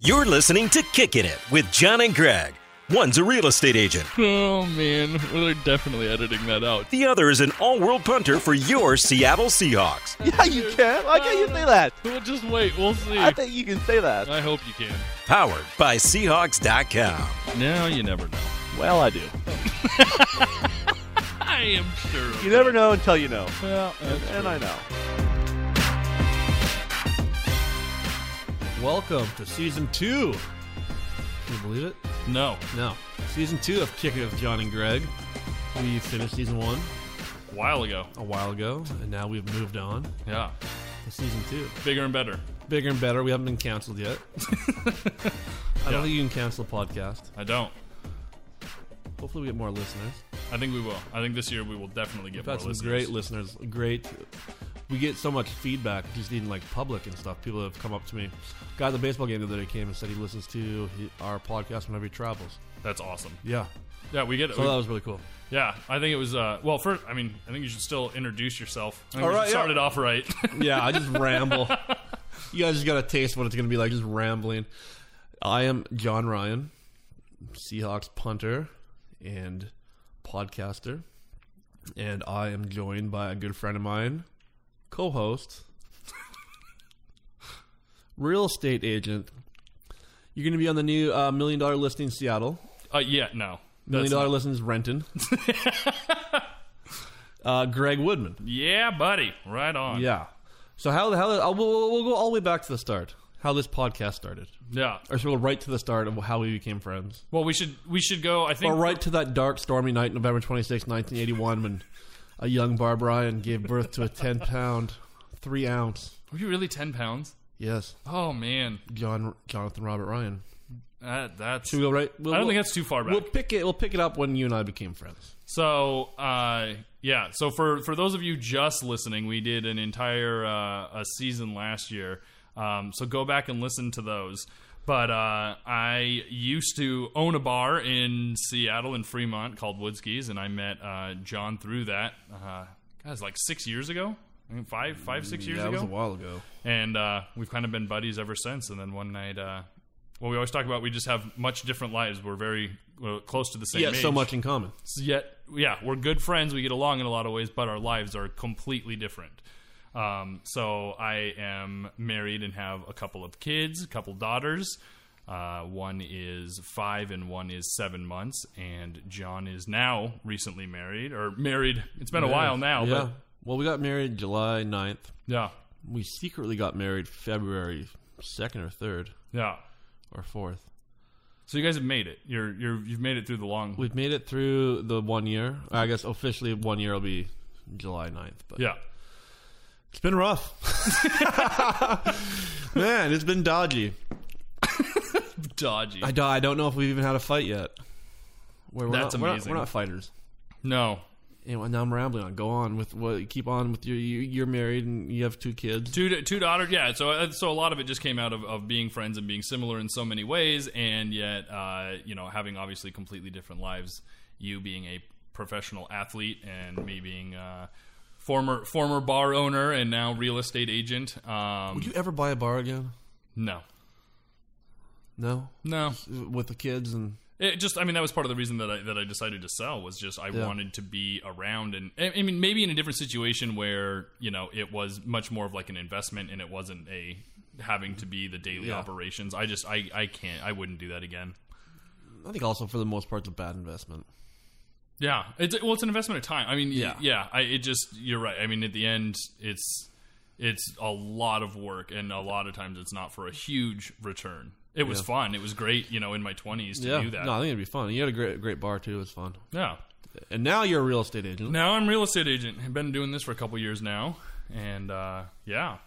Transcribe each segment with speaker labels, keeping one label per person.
Speaker 1: You're listening to Kickin' It with John and Greg. One's a real estate agent,
Speaker 2: Oh man, we're definitely editing that out.
Speaker 1: the other is an all world punter for your Seattle Seahawks.
Speaker 3: Yeah, you can. Why can't you say that?
Speaker 2: We'll just wait. We'll see.
Speaker 3: I
Speaker 2: I,
Speaker 3: think you can say that.
Speaker 2: hope you can.
Speaker 1: Powered by Seahawks.com.
Speaker 2: Now you never know.
Speaker 3: Well, I do.
Speaker 2: I am sure. of
Speaker 3: You
Speaker 2: it.
Speaker 3: never know until you know.
Speaker 2: Well, that's
Speaker 3: And
Speaker 2: true.
Speaker 3: I know.
Speaker 4: Welcome to season two. Can you believe it?
Speaker 2: No.
Speaker 4: No. Season two of Kicking It with John and Greg. We finished season one
Speaker 2: A while ago.
Speaker 4: a while ago, and now we've moved on
Speaker 2: Yeah.
Speaker 4: to season two.
Speaker 2: Bigger and better.
Speaker 4: Bigger and better. We haven't been canceled yet. I
Speaker 2: Yeah.
Speaker 4: don't think you can cancel a podcast.
Speaker 2: I don't.
Speaker 4: Hopefully, we get more listeners.
Speaker 2: I think we will. I think this year we will definitely get
Speaker 4: We've had
Speaker 2: more
Speaker 4: some
Speaker 2: listeners.
Speaker 4: great listeners. Great. We get so much feedback just in like public and stuff. People have come up to me. Guy at the baseball game the other day came and said he listens to he- our podcast whenever he travels.
Speaker 2: That's awesome.
Speaker 4: Yeah.
Speaker 2: Yeah, we get it.
Speaker 4: So
Speaker 2: We-
Speaker 4: that was really cool.
Speaker 2: yeah, I think it was. Uh, well, first, I mean, I think you should still introduce yourself. I think
Speaker 4: All
Speaker 2: we
Speaker 4: right,
Speaker 2: should
Speaker 4: yeah.
Speaker 2: start it off right.
Speaker 4: Yeah, I just ramble. You guys just got to taste what it's going to be like, just rambling. I am John Ryan, Seahawks punter and podcaster, and I am joined by a good friend of mine, co-host, real estate agent. You're going to be on the new uh, million dollar listing in Seattle.
Speaker 2: uh, yeah, no. That's-
Speaker 4: Million dollar listing is Renton. uh, Greg Woodman.
Speaker 2: Yeah, buddy. Right on.
Speaker 4: Yeah. So how how uh, we'll, we'll we'll go all the way back to the start. How this podcast started,
Speaker 2: Yeah.
Speaker 4: or should we go right to the start of how we became friends,
Speaker 2: Well, we should. We should go. I think.
Speaker 4: or right to that dark, stormy night, November twenty sixth, nineteen eighty one, when a young Barb Ryan gave birth to a ten pound, three ounce.
Speaker 2: Were you really ten pounds?
Speaker 4: Yes,
Speaker 2: Oh man,
Speaker 4: John Jonathan Robert Ryan.
Speaker 2: that, that's.
Speaker 4: Should we go right? We'll,
Speaker 2: I don't
Speaker 4: we'll-
Speaker 2: think that's too far back.
Speaker 4: We'll pick it. We'll pick it up when you and I became friends.
Speaker 2: So, uh, yeah. So for for those of you just listening, we did an entire uh, a season last year. Um, so go back and listen to those. But uh, I used to own a bar in Seattle in Fremont called Woodskis, and I met uh, John through that. Uh, guys, like six years ago, I think five, five, six years
Speaker 4: that
Speaker 2: ago
Speaker 4: was a while ago.
Speaker 2: and uh, we've kind of been buddies ever since. And then one night, uh, well, we always talk about we just have much different lives. We're very uh, close to the same.
Speaker 4: Yeah,
Speaker 2: age.
Speaker 4: so much in common.
Speaker 2: Yet, yeah, we're good friends. We get along in a lot of ways, but our lives are completely different. Um, so I am married and have a couple of kids, a couple daughters. Uh, one is five and one is seven months. And John is now recently married or married. It's been a while now,
Speaker 4: Yeah.
Speaker 2: but
Speaker 4: well, we got married July 9th.
Speaker 2: yeah,
Speaker 4: We secretly got married February second or third
Speaker 2: yeah.
Speaker 4: or fourth.
Speaker 2: So you guys have made it. You're you're you've made it through the long
Speaker 4: We've made it through the one year. I guess officially one year will be July 9th. But
Speaker 2: Yeah.
Speaker 4: it's been rough. Man, it's been dodgy.
Speaker 2: Dodgy.
Speaker 4: I, do- I don't know if we've even had a fight yet. We're, we're
Speaker 2: That's
Speaker 4: not, we're not-
Speaker 2: amazing.
Speaker 4: We're not, fighters.
Speaker 2: no.
Speaker 4: Anyway, now I'm rambling on. Go on with what. Keep on with your. You, you're married and you have two kids.
Speaker 2: Two two daughters. Yeah. So uh, so a lot of it just came out of, of being friends and being similar in so many ways, and yet uh, you know having obviously completely different lives. You being a professional athlete and me being uh, former former bar owner and now real estate agent. Um,
Speaker 4: Would you ever buy a bar again?
Speaker 2: no.
Speaker 4: No,
Speaker 2: No,
Speaker 4: with the kids and
Speaker 2: it just I mean that was part of the reason that I that I decided to sell was just I
Speaker 4: Yeah.
Speaker 2: wanted to be around and I I mean maybe in a different situation where you know it was much more of like an investment and it wasn't a having to be the daily
Speaker 4: Yeah.
Speaker 2: operations. I just I I can't I wouldn't do that again.
Speaker 4: I think also for the most part it's a bad investment.
Speaker 2: Yeah, it's well, it's an investment of time. I mean, yeah,
Speaker 4: Yeah.
Speaker 2: yeah. I, it just you're right. I mean, at the end, it's it's a lot of work, and a lot of times it's not for a huge return. It was fun. It was great. You know, in my twenties to
Speaker 4: yeah,
Speaker 2: do that.
Speaker 4: no, I think it'd be fun. You had a great great bar too. It was fun.
Speaker 2: yeah.
Speaker 4: And now you're a real estate agent.
Speaker 2: Now I'm real estate agent. I've been doing this for a couple years now, and uh, yeah.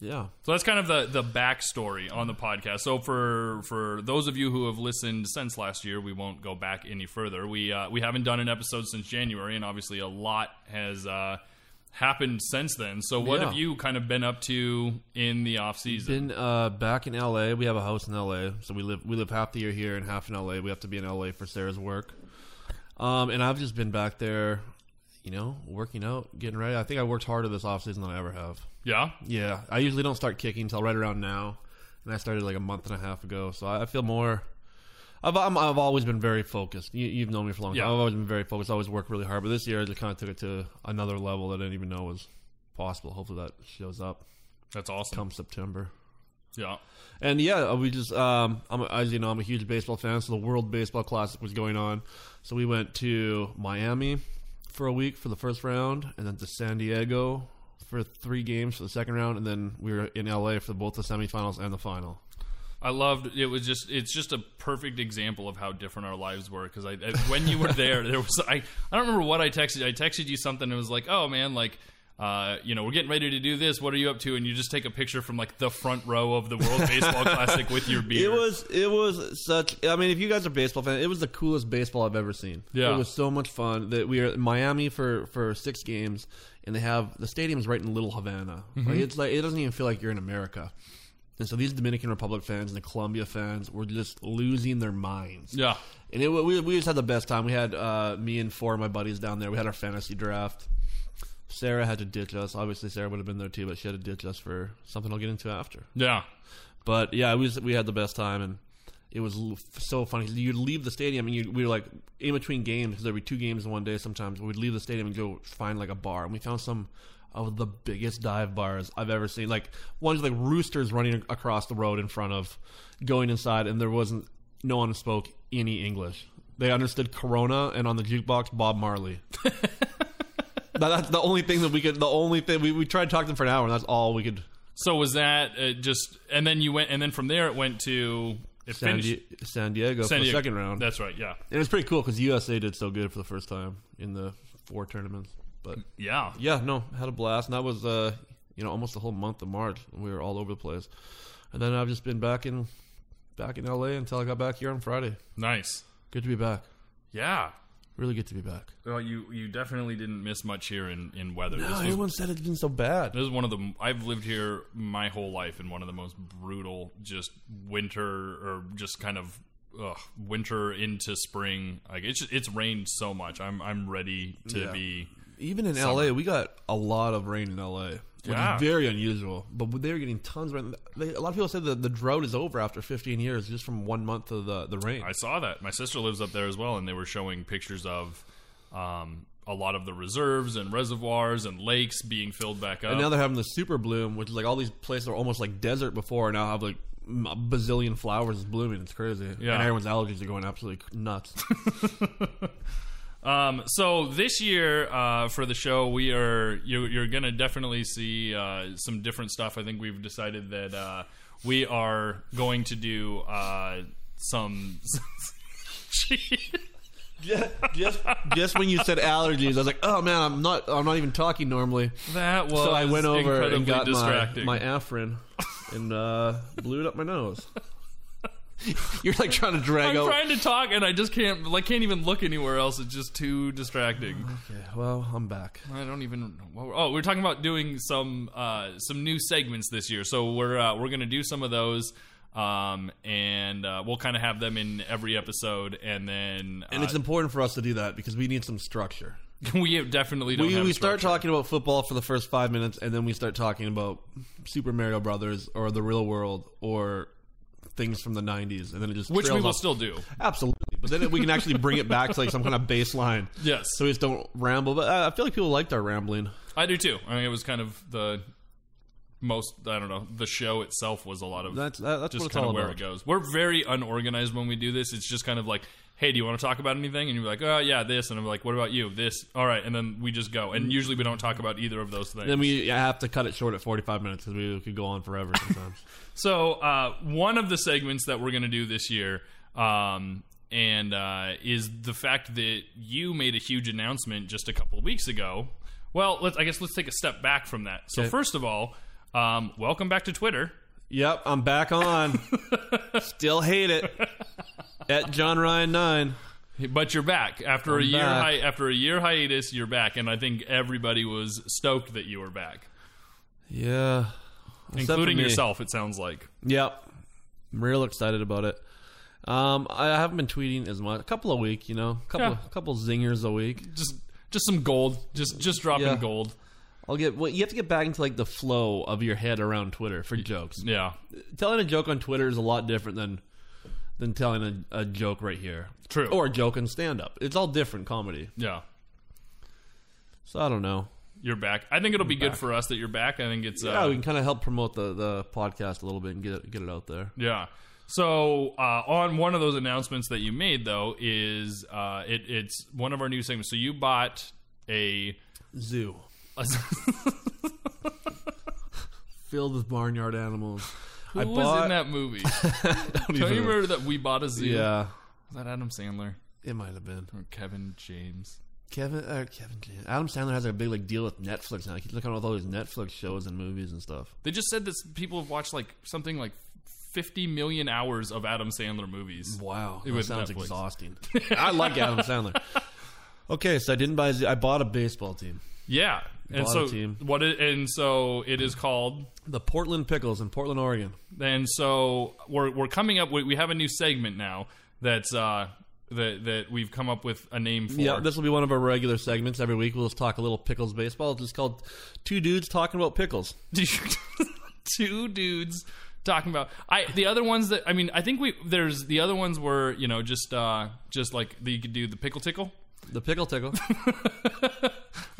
Speaker 4: Yeah.
Speaker 2: So that's kind of the the backstory on the podcast. So for for those of you who have listened since last year, we won't go back any further. We uh, we haven't done an episode since January, and obviously a lot has uh, happened since then. So what
Speaker 4: Yeah.
Speaker 2: have you kind of been up to in the off season?
Speaker 4: Been uh, back in LA. We have a house in LA, so we live we live half the year here and half in LA. We have to be in LA for Sarah's work. Um, and I've just been back there, you know, working out, getting ready. I think I worked harder this off season than I ever have.
Speaker 2: Yeah,
Speaker 4: Yeah, I usually don't start kicking until right around now, and I started like a month and a half ago. So I, I feel more. I've I'm, I've always been very focused. You, you've known me for a long
Speaker 2: Yeah.
Speaker 4: time. I've always been very focused. I always worked really hard. But this year, I just kind of took it to another level that I didn't even know was possible. Hopefully, that shows up
Speaker 2: That's awesome.
Speaker 4: come September.
Speaker 2: Yeah.
Speaker 4: And yeah, we just um, I'm as you know, I'm a huge baseball fan, so the World Baseball Classic was going on, so we went to Miami for a week for the first round, and then to San Diego for three games for the second round, and then we were in LA for both the semifinals and the final.
Speaker 2: I loved it was just it's just a perfect example of how different our lives were because I, I when you were there there was I I don't remember what I texted I texted you something and it was like oh man like uh you know we're getting ready to do this what are you up to and you just take a picture from like the front row of the World Baseball Classic with your beer
Speaker 4: It was it was such. I mean, if you guys are baseball fans, it was the coolest baseball I've ever seen.
Speaker 2: Yeah.
Speaker 4: it was so much fun that we were in Miami for for six games, and they have the stadium's right in Little Havana.
Speaker 2: Mm-hmm.
Speaker 4: Like it's like it doesn't even feel like you're in America. And so these Dominican Republic fans and the Colombia fans were just losing their minds.
Speaker 2: yeah
Speaker 4: And it, we, we just had the best time. We had uh, me and four of my buddies down there. We had our fantasy draft. Sarah had to ditch us. Obviously, Sarah would have been there too, but she had to ditch us for something I'll get into after.
Speaker 2: yeah
Speaker 4: But yeah, we was, we had the best time, and it was l- so funny. You'd leave the stadium, and you we were like in between games. 'cause There'd be two games in one day sometimes. We'd leave the stadium and go find like a bar, and we found some of the biggest dive bars I've ever seen. Like one's like roosters running ac- across the road in front of going inside, and there wasn't no one spoke any English. They understood Corona, and on the jukebox, Bob Marley. That- that's the only thing that we could. The only thing we, we tried to talk to them for an hour, and that's all we could.
Speaker 2: so was that uh, just and then you went and then from there it went to it
Speaker 4: San,
Speaker 2: finished
Speaker 4: Di- San Diego
Speaker 2: San
Speaker 4: for
Speaker 2: Diego.
Speaker 4: the second round.
Speaker 2: that's right yeah
Speaker 4: It was pretty cool because USA did so good for the first time in the four tournaments. But
Speaker 2: yeah
Speaker 4: yeah, no, had a blast, and that was uh, you know almost the whole month of March. We were all over the place, and then I've just been back in back in LA until I got back here on Friday.
Speaker 2: nice
Speaker 4: Good to be back.
Speaker 2: yeah
Speaker 4: Really good to be back.
Speaker 2: well you you definitely didn't miss much here in in weather This was
Speaker 4: everyone said it's been so bad.
Speaker 2: This is one of the I've lived here my whole life in one of the most brutal, just winter or just kind of ugh, winter into spring. Like it's just, it's rained so much. I'm I'm ready to
Speaker 4: Yeah.
Speaker 2: be.
Speaker 4: Even in LA, we got a lot of rain in LA, which
Speaker 2: Yeah.
Speaker 4: is very unusual. But they were getting tons of rain. They, a lot of people said that the drought is over after 15 years, just from one month of the the rain.
Speaker 2: I saw that my sister lives up there as well, and they were showing pictures of um, a lot of the reserves and reservoirs and lakes being filled back up.
Speaker 4: And now they're having the super bloom, which is like all these places are almost like desert before, and now have like m- a bazillion flowers blooming. It's crazy.
Speaker 2: Yeah.
Speaker 4: And everyone's allergies are going absolutely nuts.
Speaker 2: Um, so this year uh, for the show, we are you, you're going to definitely see uh, some different stuff. I think we've decided that uh, we are going to do uh, some.
Speaker 4: just, just when you said allergies, I was like, oh man, I'm not, I'm not even talking normally.
Speaker 2: that was
Speaker 4: So I went over
Speaker 2: incredibly
Speaker 4: and got my,
Speaker 2: distracting.
Speaker 4: my Afrin and uh, blew it up my nose. You're like trying to drag
Speaker 2: I'm
Speaker 4: out.
Speaker 2: trying to talk and I just can't like can't even look anywhere else. It's just too distracting.
Speaker 4: Yeah, well, I'm back.
Speaker 2: I don't even. know what we're- Oh, we we're talking about doing some uh, some new segments this year, so we're uh, we're gonna do some of those, um, and uh, we'll kind of have them in every episode, and then
Speaker 4: And
Speaker 2: uh,
Speaker 4: it's important for us to do that because we need some structure.
Speaker 2: we have definitely don't
Speaker 4: we,
Speaker 2: have
Speaker 4: we
Speaker 2: a
Speaker 4: start
Speaker 2: structure.
Speaker 4: talking about football for the first five minutes, and then we start talking about Super Mario Brothers or the real world or things from the '90s, and then it just
Speaker 2: which we
Speaker 4: trails
Speaker 2: will
Speaker 4: off.
Speaker 2: still do.
Speaker 4: absolutely. But then we can actually bring it back to like some kind of baseline.
Speaker 2: Yes,
Speaker 4: So we just don't ramble. But uh, I feel like people liked our rambling.
Speaker 2: I do too. I mean, it was kind of the most. I don't know. The show itself was a lot of
Speaker 4: That's that, that's
Speaker 2: just
Speaker 4: what it's
Speaker 2: kind
Speaker 4: all
Speaker 2: of where
Speaker 4: about.
Speaker 2: it goes. We're very unorganized when we do this. It's just kind of like, hey, do you want to talk about anything? And you're like, oh yeah, this. And I'm like, what about you? This. All right. And then we just go. And usually we don't talk about either of those things.
Speaker 4: Then we have to cut it short at 45 minutes because we could go on forever sometimes.
Speaker 2: so uh, one of the segments that we're going to do this year, um, and uh, is the fact that you made a huge announcement just a couple of weeks ago. Well, let's. I guess let's take a step back from that. So
Speaker 4: Okay.
Speaker 2: first of all, um, welcome back to Twitter.
Speaker 4: yep, I'm back on. Still hate it. At John Ryan nine.
Speaker 2: But you're back after a year
Speaker 4: back.
Speaker 2: hi- after a year hiatus. You're back, and I think everybody was stoked that you were back,
Speaker 4: Yeah. Except for
Speaker 2: including
Speaker 4: me.
Speaker 2: yourself. It sounds like
Speaker 4: Yep. I'm real excited about it. Um, I haven't been tweeting as much. A couple a week, you know, couple
Speaker 2: Yeah.
Speaker 4: couple zingers a week.
Speaker 2: just just some gold, just just dropping
Speaker 4: Yeah.
Speaker 2: gold.
Speaker 4: I'll get. Well, you have to get back into like the flow of your head around Twitter for jokes.
Speaker 2: Yeah,
Speaker 4: Telling a joke on Twitter is a lot different than than telling a, a joke right here.
Speaker 2: True.
Speaker 4: Or a joke in stand up. It's all different comedy.
Speaker 2: yeah.
Speaker 4: So I don't know.
Speaker 2: You're back. I think it'll be good for us that you're back. I think it's uh,
Speaker 4: Yeah, we can kind of help promote the, the podcast a little bit and get it, get it out there.
Speaker 2: Yeah. So uh, on one of those announcements that you made though is uh, it, it's one of our new segments. So you bought a,
Speaker 4: Zoo
Speaker 2: a-
Speaker 4: filled with barnyard animals.
Speaker 2: who
Speaker 4: I
Speaker 2: was
Speaker 4: bought-
Speaker 2: in that movie?
Speaker 4: Don't
Speaker 2: Don't
Speaker 4: even-
Speaker 2: you remember that we bought a zoo?
Speaker 4: Yeah,
Speaker 2: Was that Adam Sandler
Speaker 4: it might have been
Speaker 2: or Kevin James?
Speaker 4: Kevin. Uh, Kevin. Adam Sandler has like, a big like deal with Netflix now. He keeps looking at all these Netflix shows and movies and stuff.
Speaker 2: They just said that people have watched like something like 50 million hours of Adam Sandler movies.
Speaker 4: Wow,
Speaker 2: was
Speaker 4: that sounds
Speaker 2: Netflix.
Speaker 4: exhausting. I like Adam Sandler. Okay, so I didn't buy. I bought a baseball team,
Speaker 2: Yeah. And
Speaker 4: Bought
Speaker 2: so
Speaker 4: a team.
Speaker 2: what? It, and so it is called
Speaker 4: the Portland Pickles in Portland, Oregon.
Speaker 2: And so we're we're coming up. We, we have a new segment now that's uh, that that we've come up with a name for.
Speaker 4: Yeah, this will be one of our regular segments every week. We'll just talk a little pickles baseball. It's just called Two Dudes Talking About Pickles.
Speaker 2: two dudes talking about. I the other ones that I mean I think we there's the other ones were you know just uh, just like the, you could do the pickle tickle.
Speaker 4: The pickle tickle.
Speaker 2: I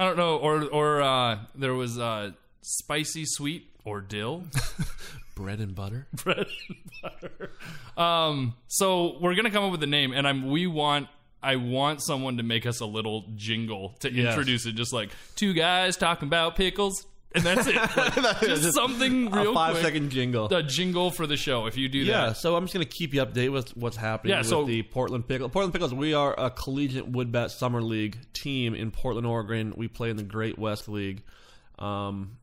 Speaker 2: don't know or or uh, there was uh, spicy sweet or dill.
Speaker 4: Bread and butter.
Speaker 2: bread and butter. Um, so we're gonna come up with a name, and I'm we want I want someone to make us a little jingle to
Speaker 4: Yes.
Speaker 2: introduce it, just like two guys talking about pickles, and that's it. Like, just,
Speaker 4: Just
Speaker 2: something
Speaker 4: a
Speaker 2: real
Speaker 4: five
Speaker 2: quick,
Speaker 4: second jingle.
Speaker 2: a jingle for the show. If you do
Speaker 4: yeah,
Speaker 2: that,
Speaker 4: so I'm just going to keep you updated with what's happening
Speaker 2: Yeah,
Speaker 4: with
Speaker 2: so-
Speaker 4: the Portland Pickles. Portland Pickles, we are a collegiate wood bat summer league team in Portland, Oregon. We play in the Great West League. Um,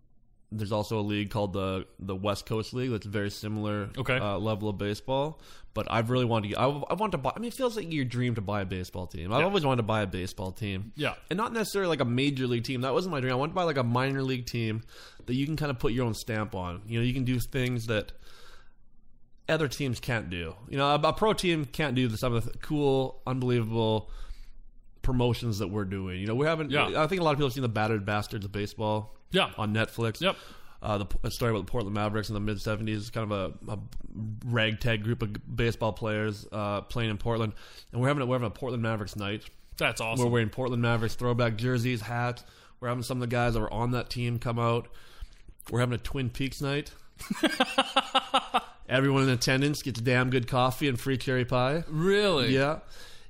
Speaker 4: there's also a league called the the West Coast League that's very similar
Speaker 2: Okay.
Speaker 4: uh, level of baseball. But I've really wanted to. I, I want to buy. I mean, it feels like your dream to buy a baseball team. I've always wanted to buy a baseball team.
Speaker 2: Yeah.
Speaker 4: and not necessarily like a major league team. That wasn't my dream. I wanted to buy like a minor league team that you can kind of put your own stamp on. You know, you can do things that other teams can't do. You know, a, a pro team can't do the- some of the th- cool, unbelievable promotions that we're doing. You know, we haven't.
Speaker 2: Yeah.
Speaker 4: I think a lot of people have seen the Battered Bastards of Baseball.
Speaker 2: Yeah.
Speaker 4: On Netflix.
Speaker 2: Yep.
Speaker 4: Uh, the p- a story about the Portland Mavericks in the mid '70s, kind of a, a ragtag group of g- baseball players uh, playing in Portland, and we're having a, we're having a Portland Mavericks night.
Speaker 2: that's awesome.
Speaker 4: We're wearing Portland Mavericks throwback jerseys, hats. We're having some of the guys that were on that team come out. We're having a Twin Peaks night. Everyone in attendance gets damn good coffee and free cherry pie.
Speaker 2: really,
Speaker 4: Yeah,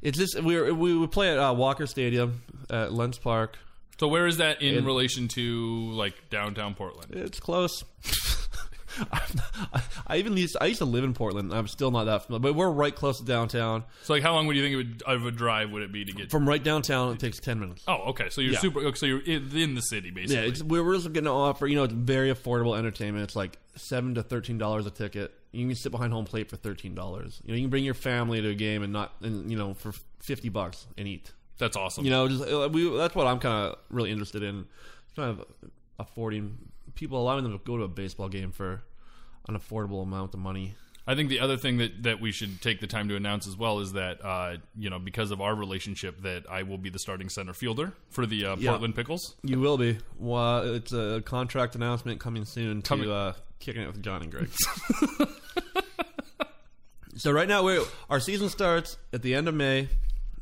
Speaker 4: it's just we were, we would play at uh, Walker Stadium at Lens Park.
Speaker 2: So where is that in relation to like downtown Portland?
Speaker 4: It's close. I, I even used I used to live in Portland. I'm still not that familiar, but we're right close to downtown.
Speaker 2: So like, how long would you think it would, of a drive would it be to get?
Speaker 4: From right downtown, it takes ten minutes.
Speaker 2: oh, okay. So you're
Speaker 4: Yeah.
Speaker 2: super. So you're in, in the city, basically.
Speaker 4: Yeah, it's, we're we're also going to offer. You know, it's very affordable entertainment. It's like seven to thirteen dollars a ticket. You can sit behind home plate for thirteen dollars. You know, you can bring your family to a game and not, and you know, for fifty bucks and eat.
Speaker 2: that's awesome.
Speaker 4: You know, just uh, we, that's what I'm kind of really interested in. Kind of affording people, allowing them to go to a baseball game for an affordable amount of money.
Speaker 2: I think the other thing that, that we should take the time to announce as well is that uh, you know because of our relationship that I will be the starting center fielder for the uh,
Speaker 4: Yeah.
Speaker 2: Portland Pickles.
Speaker 4: You will be. Well, it's a contract announcement coming soon
Speaker 2: Coming-
Speaker 4: to uh, kicking it with John and Greg. so right now, we our season starts at the end of May.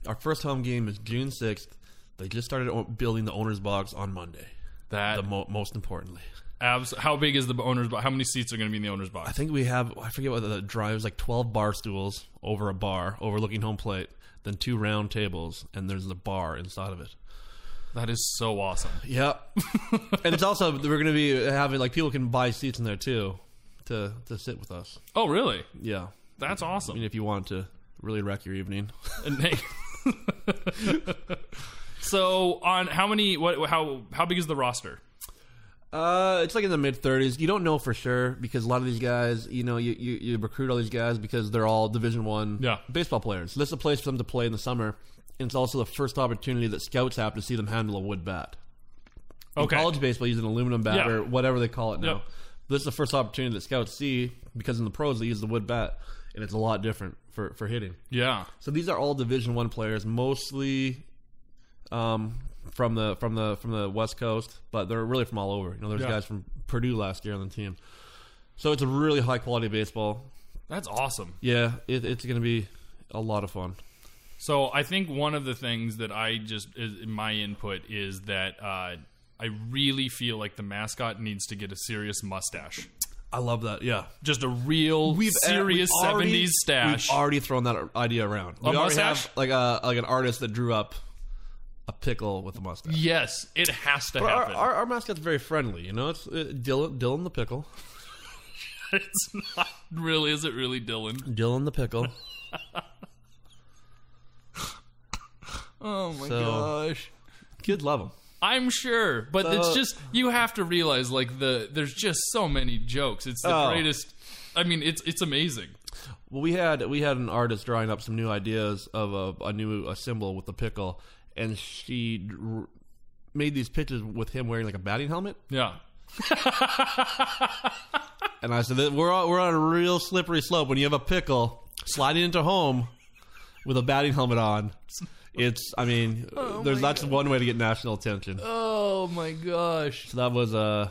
Speaker 4: Our first home game is June sixth. They just started o- building the owner's box on Monday.
Speaker 2: That
Speaker 4: The mo- most importantly,
Speaker 2: abs- how big is the owner's box? How many seats are going to be in the owner's
Speaker 4: I
Speaker 2: box?
Speaker 4: think we have I forget what the drives like twelve bar stools over a bar overlooking home plate, then two round tables, and there's a bar inside of it.
Speaker 2: That is so awesome.
Speaker 4: Yep. and it's also we're going to be having like people can buy seats in there too to to sit with us.
Speaker 2: Oh, really?
Speaker 4: Yeah.
Speaker 2: That's
Speaker 4: I mean,
Speaker 2: awesome.
Speaker 4: if you want to really wreck your evening.
Speaker 2: And they- so on how many? What? How how big is the roster?
Speaker 4: Uh, it's like in the mid 30s. You don't know for sure because a lot of these guys, you know, you, you, you recruit all these guys because they're all Division One
Speaker 2: Yeah.
Speaker 4: baseball players. This is a place for them to play in the summer, and it's also the first opportunity that scouts have to see them handle a wood bat. In
Speaker 2: Okay.
Speaker 4: college baseball, use an aluminum bat
Speaker 2: Yeah.
Speaker 4: or whatever they call it now.
Speaker 2: Yep.
Speaker 4: This is the first opportunity that scouts see because in the pros they use the wood bat, and it's a lot different for, for hitting.
Speaker 2: Yeah.
Speaker 4: So these are all Division One players, mostly um, from the from the from the West Coast, but they're really from all over. You know, there's
Speaker 2: Yeah.
Speaker 4: guys from Purdue last year on the team. So it's a really high quality baseball.
Speaker 2: That's awesome.
Speaker 4: Yeah, it, it's going to be a lot of fun.
Speaker 2: So I think one of the things that I just is my input is that uh, I really feel like the mascot needs to get a serious mustache,
Speaker 4: I love that. Yeah,
Speaker 2: just a real serious
Speaker 4: we've already-
Speaker 2: '70s stash.
Speaker 4: We've already thrown that idea around. We already
Speaker 2: mustache?
Speaker 4: have like a like an artist that drew up a pickle with a mustache.
Speaker 2: yes, it has to
Speaker 4: But our,
Speaker 2: happen.
Speaker 4: our, our mascot's very friendly, you know. It's uh, Dylan, Dylan the pickle,
Speaker 2: it's not really. Is it really Dylan?
Speaker 4: Dylan the pickle.
Speaker 2: Oh my
Speaker 4: So-
Speaker 2: gosh.
Speaker 4: Kids love him.
Speaker 2: I'm sure, but it's
Speaker 4: So-
Speaker 2: just you have to realize like the there's just so many jokes. It's the
Speaker 4: Oh.
Speaker 2: greatest. I mean, it's it's amazing.
Speaker 4: Well, we had we had an artist drawing up some new ideas of a, a new a symbol with the pickle, and she dr- made these pictures with him wearing like a batting helmet.
Speaker 2: Yeah,
Speaker 4: And I said, "We're on, we're on a real slippery slope when you have a pickle sliding into home with a batting helmet on. It's I mean, there's that's one way to get national attention.
Speaker 2: Oh my gosh!
Speaker 4: So that was uh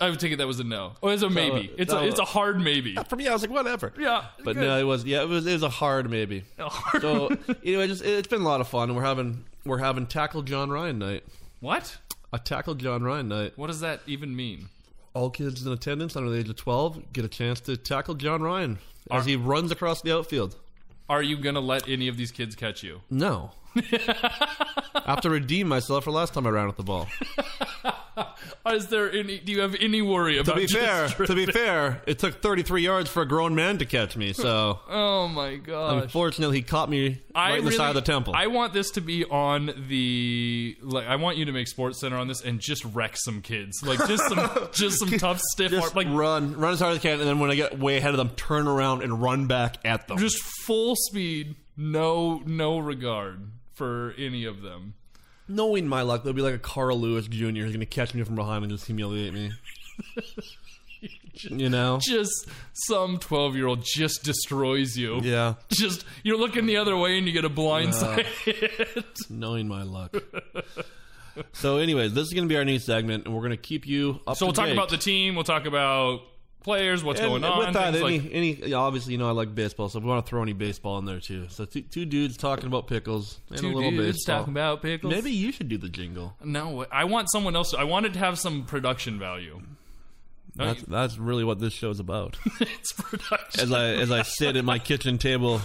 Speaker 2: I would take it that was a no. Oh, it's a maybe.
Speaker 4: uh,
Speaker 2: it's a
Speaker 4: no.
Speaker 2: it's a hard maybe.
Speaker 4: for me. I was like, whatever.
Speaker 2: Yeah,
Speaker 4: But
Speaker 2: good.
Speaker 4: no, it was yeah, it was it was a hard maybe.
Speaker 2: Hard-
Speaker 4: So anyway, just it's been a lot of fun. and We're having we're having tackle John Ryan night.
Speaker 2: what?
Speaker 4: A tackle John Ryan night.
Speaker 2: What does that even mean?
Speaker 4: All kids in attendance under the age of twelve get a chance to tackle John Ryan as he runs across the outfield.
Speaker 2: Are you gonna let any of these kids catch you?
Speaker 4: No. I have to redeem myself for last time I ran with the ball.
Speaker 2: Is there any? Do you have any worry about?
Speaker 4: To be
Speaker 2: just
Speaker 4: fair,
Speaker 2: tri-
Speaker 4: to be fair, it took 33 yards for a grown man to catch me. So
Speaker 2: oh my gosh!
Speaker 4: unfortunately, he caught me
Speaker 2: I
Speaker 4: right in the
Speaker 2: really-
Speaker 4: side of the temple.
Speaker 2: I want this to be on the like. I want you to make Sports Center on this and just wreck some kids, like just some just some tough stiff,
Speaker 4: just
Speaker 2: arm- like
Speaker 4: run, run as hard as I can, and then when I get way ahead of them, turn around and run back at them.
Speaker 2: just full speed, no no regard for any of them.
Speaker 4: knowing my luck, they'll be like a Carl Lewis Jr. who's going to catch me from behind and just humiliate me. you know?
Speaker 2: just some 12 year old just destroys you.
Speaker 4: Yeah,
Speaker 2: Just you're looking the other way and you get a blind side.
Speaker 4: knowing my luck. so, anyways, this is going to be our new segment, and we're going to keep you up.
Speaker 2: so we'll
Speaker 4: to
Speaker 2: talk
Speaker 4: date.
Speaker 2: about the team, we'll talk about players, what's
Speaker 4: And
Speaker 2: going on.
Speaker 4: with that,
Speaker 2: things
Speaker 4: any,
Speaker 2: like-
Speaker 4: any yeah, obviously, you know, I like baseball, so we want to throw any baseball in there too. So two, two dudes talking about pickles and
Speaker 2: two
Speaker 4: a little
Speaker 2: dudes
Speaker 4: baseball.
Speaker 2: talking about pickles. Oh,
Speaker 4: Maybe you should do the jingle.
Speaker 2: no, I want someone else. I wanted to have some production value.
Speaker 4: That's that's really what this show's about.
Speaker 2: it's production.
Speaker 4: as I as I sit at my kitchen table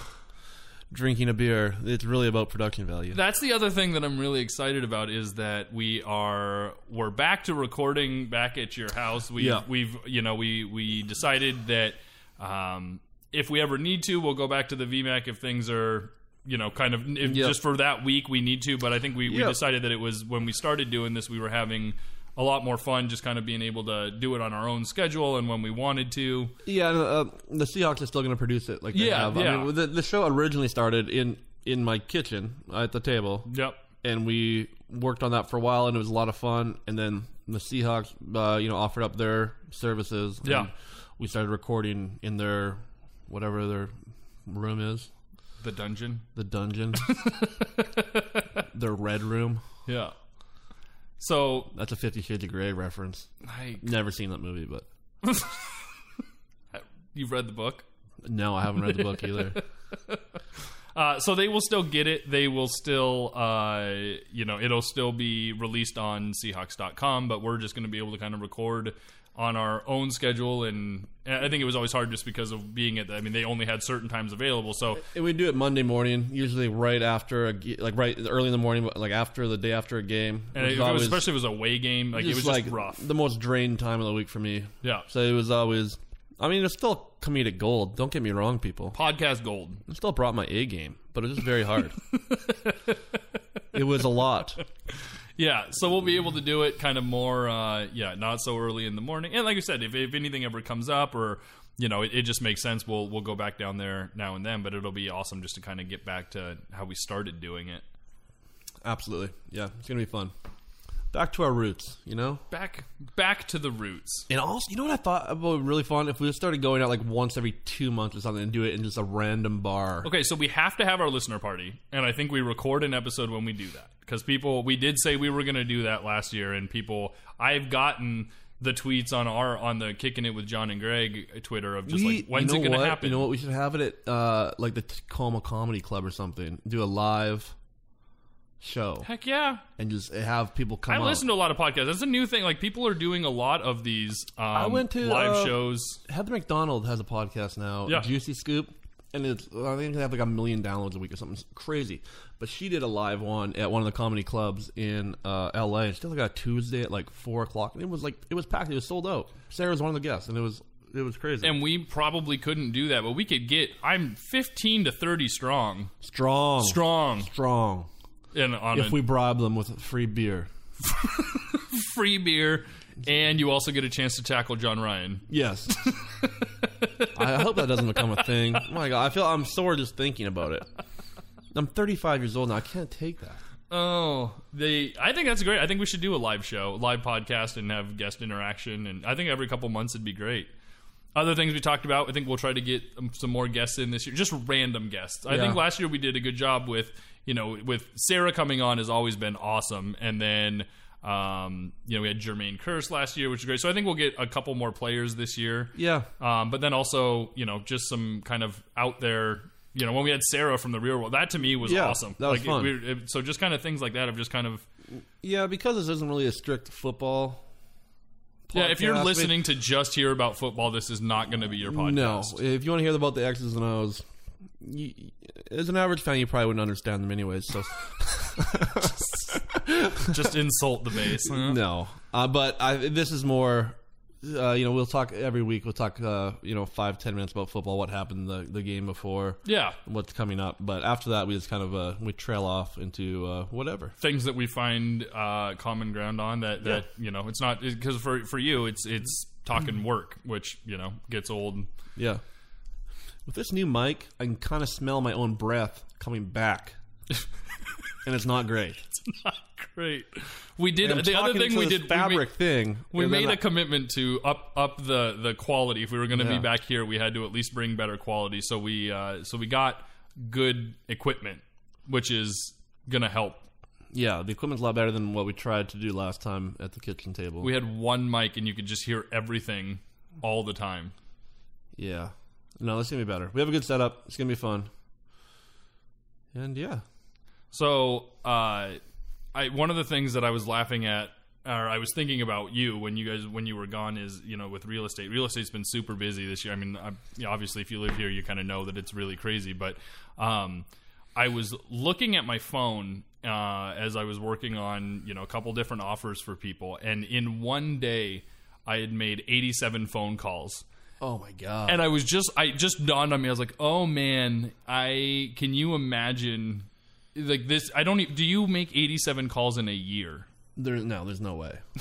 Speaker 4: drinking a beer, it's really about production value.
Speaker 2: That's the other thing that I'm really excited about is that we are we're back to recording back at your house. We
Speaker 4: Yeah.
Speaker 2: have we've you know we we decided that um, if we ever need to, we'll go back to the VMAC if things are you know kind of if,
Speaker 4: Yeah.
Speaker 2: just for that week we need to. But I think we, we
Speaker 4: Yeah.
Speaker 2: decided that it was when we started doing this, we were having a lot more fun just kind of being able to do it on our own schedule and when we wanted to.
Speaker 4: Yeah, and, uh, the Seahawks are still going to produce it. Like they
Speaker 2: Yeah,
Speaker 4: have. I
Speaker 2: yeah.
Speaker 4: mean, the, the show originally started in in my kitchen at the table.
Speaker 2: Yep.
Speaker 4: and we worked on that for a while, and it was a lot of fun. And then the Seahawks, uh, you know, offered up their services. and
Speaker 2: Yeah.
Speaker 4: we started recording in their whatever their room is,
Speaker 2: The dungeon.
Speaker 4: the dungeon, their red room.
Speaker 2: Yeah. So
Speaker 4: That's a Fifty Shades of Grey reference.
Speaker 2: I,
Speaker 4: Never seen that movie, but
Speaker 2: you've read the book.
Speaker 4: no, I haven't read the book either.
Speaker 2: Uh, so they will still get it. They will still, uh, you know, it'll still be released on Seahawks.com, but we're just going to be able to kind of record on our own schedule. And and I think it was always hard just because of being at, the, I mean, they only had certain times available. So,
Speaker 4: And we do it Monday morning, usually right after a ge- like right early in the morning, like after the day after a game.
Speaker 2: and
Speaker 4: It was
Speaker 2: it was,
Speaker 4: always
Speaker 2: especially if it was a away game, like it was just
Speaker 4: like
Speaker 2: rough.
Speaker 4: the most drained time of the week for me.
Speaker 2: Yeah.
Speaker 4: So it was always. I mean, it's still comedic gold. Don't get me wrong, people.
Speaker 2: Podcast gold.
Speaker 4: I still brought my A game, but it was very hard. it was a lot.
Speaker 2: Yeah, so we'll be able to do it kind of more, uh, yeah, not so early in the morning. And like I said, if, if anything ever comes up or, you know, it, it just makes sense, we'll, we'll go back down there now and then. But it'll be awesome just to kind of get back to how we started doing it.
Speaker 4: Absolutely. Yeah, it's gonna be fun. back to our roots, you know.
Speaker 2: Back back to the roots.
Speaker 4: And also, you know what I thought about really fun? If we started going out like once every two months or something and do it in just a random bar.
Speaker 2: Okay, so we have to have our listener party, and I think we record an episode when we do that because people. We did say we were going to do that last year, and people. I've gotten the tweets on our on the kicking it with John and Greg Twitter of just like when's it
Speaker 4: you know
Speaker 2: going to
Speaker 4: what?
Speaker 2: happen?
Speaker 4: You know what? We should have it at uh, like the Tacoma Comedy Club or something. Do a live show
Speaker 2: Heck yeah!
Speaker 4: and just have people come.
Speaker 2: I
Speaker 4: out.
Speaker 2: listen to a lot of podcasts. That's a new thing. Like people are doing a lot of these. Um, I
Speaker 4: went to,
Speaker 2: live
Speaker 4: uh,
Speaker 2: shows.
Speaker 4: Heather McDonald has a podcast now,
Speaker 2: Yeah.
Speaker 4: Juicy Scoop, and it's I think they have like a million downloads a week or something It's crazy. But she did a live one at one of the comedy clubs in uh, L.A. and she did like a Tuesday at like four o'clock, and it was like it was packed. It was sold out. Sarah was one of the guests, and it was it was crazy.
Speaker 2: and we probably couldn't do that, but we could get. I'm 15 to 30 strong,
Speaker 4: strong,
Speaker 2: strong,
Speaker 4: strong.
Speaker 2: and on
Speaker 4: If
Speaker 2: a
Speaker 4: we bribe them with free beer,
Speaker 2: free beer, and you also get a chance to tackle John Ryan.
Speaker 4: yes. I hope that doesn't become a thing. my God, I feel I'm sore just thinking about it. I'm 35 years old now. I can't take that.
Speaker 2: Oh, they. I think that's great. I think we should do a live show, live podcast, and have guest interaction. And I think every couple months it'd be great. Other things we talked about, I think we'll try to get um, some more guests in this year, just random guests. I think
Speaker 4: Yeah.
Speaker 2: last year we did a good job with, you know, with Sarah coming on has always been awesome, and then. Um, you know, we had Jermaine Curse last year, which is great. So I think we'll get a couple more players this year.
Speaker 4: Yeah.
Speaker 2: Um, but then also, you know, just some kind of out there. You know, when we had Sarah from the real world, that to me was
Speaker 4: Yeah,
Speaker 2: awesome.
Speaker 4: that was
Speaker 2: like,
Speaker 4: fun.
Speaker 2: It, we, it, so just kind of things like that of just kind of
Speaker 4: Yeah, because this isn't really a strict football.
Speaker 2: yeah. If you're
Speaker 4: podcast,
Speaker 2: listening to just hear about football, this is not going to be your
Speaker 4: we-
Speaker 2: podcast.
Speaker 4: no. If you want to hear about the X's and O's, you, as an average fan, you probably wouldn't understand them anyways. So
Speaker 2: just insult the base.
Speaker 4: no, uh, but I, this is more. Uh, you know, we'll talk every week. We'll talk, uh, you know, five ten minutes about football, what happened the the game before,
Speaker 2: Yeah,
Speaker 4: what's coming up. But after that, we just kind of uh, we trail off into uh, whatever.
Speaker 2: things that we find uh, common ground on that that you know it's not because for for you it's it's talking work, which you know gets old.
Speaker 4: Yeah. With this new mic, I can kind of smell my own breath coming back, and it's not great.
Speaker 2: Great. We did
Speaker 4: I'm
Speaker 2: the other
Speaker 4: talking
Speaker 2: thing
Speaker 4: to
Speaker 2: we
Speaker 4: this
Speaker 2: did we made-
Speaker 4: fabric thing.
Speaker 2: We
Speaker 4: and then
Speaker 2: made
Speaker 4: I-
Speaker 2: a commitment to up up the the quality. If we were going to be
Speaker 4: Yeah.
Speaker 2: back here, we had to at least bring better quality. So we uh, so we got good equipment, which is going to help.
Speaker 4: yeah. The equipment's a lot better than what we tried to do last time at the kitchen table.
Speaker 2: We had one mic, and you could just hear everything all the time.
Speaker 4: yeah. No, this is gonna be better. We have a good setup. It's gonna be fun. And yeah,
Speaker 2: So, uh, I one of the things that I was laughing at, or I was thinking about you when you guys when you were gone, is you know with real estate. Real estate's been super busy this year. I mean, I, you know, obviously, if you live here, you kind of know that it's really crazy. But um, I was looking at my phone uh, as I was working on you know a couple different offers for people, and in one day, I had made eighty-seven phone calls
Speaker 4: oh my god,
Speaker 2: and I was just I it just dawned on me. I was like, oh man, I can you imagine like this? I don't. e- Do you make eighty seven calls in a year?
Speaker 4: there's no, there's no way.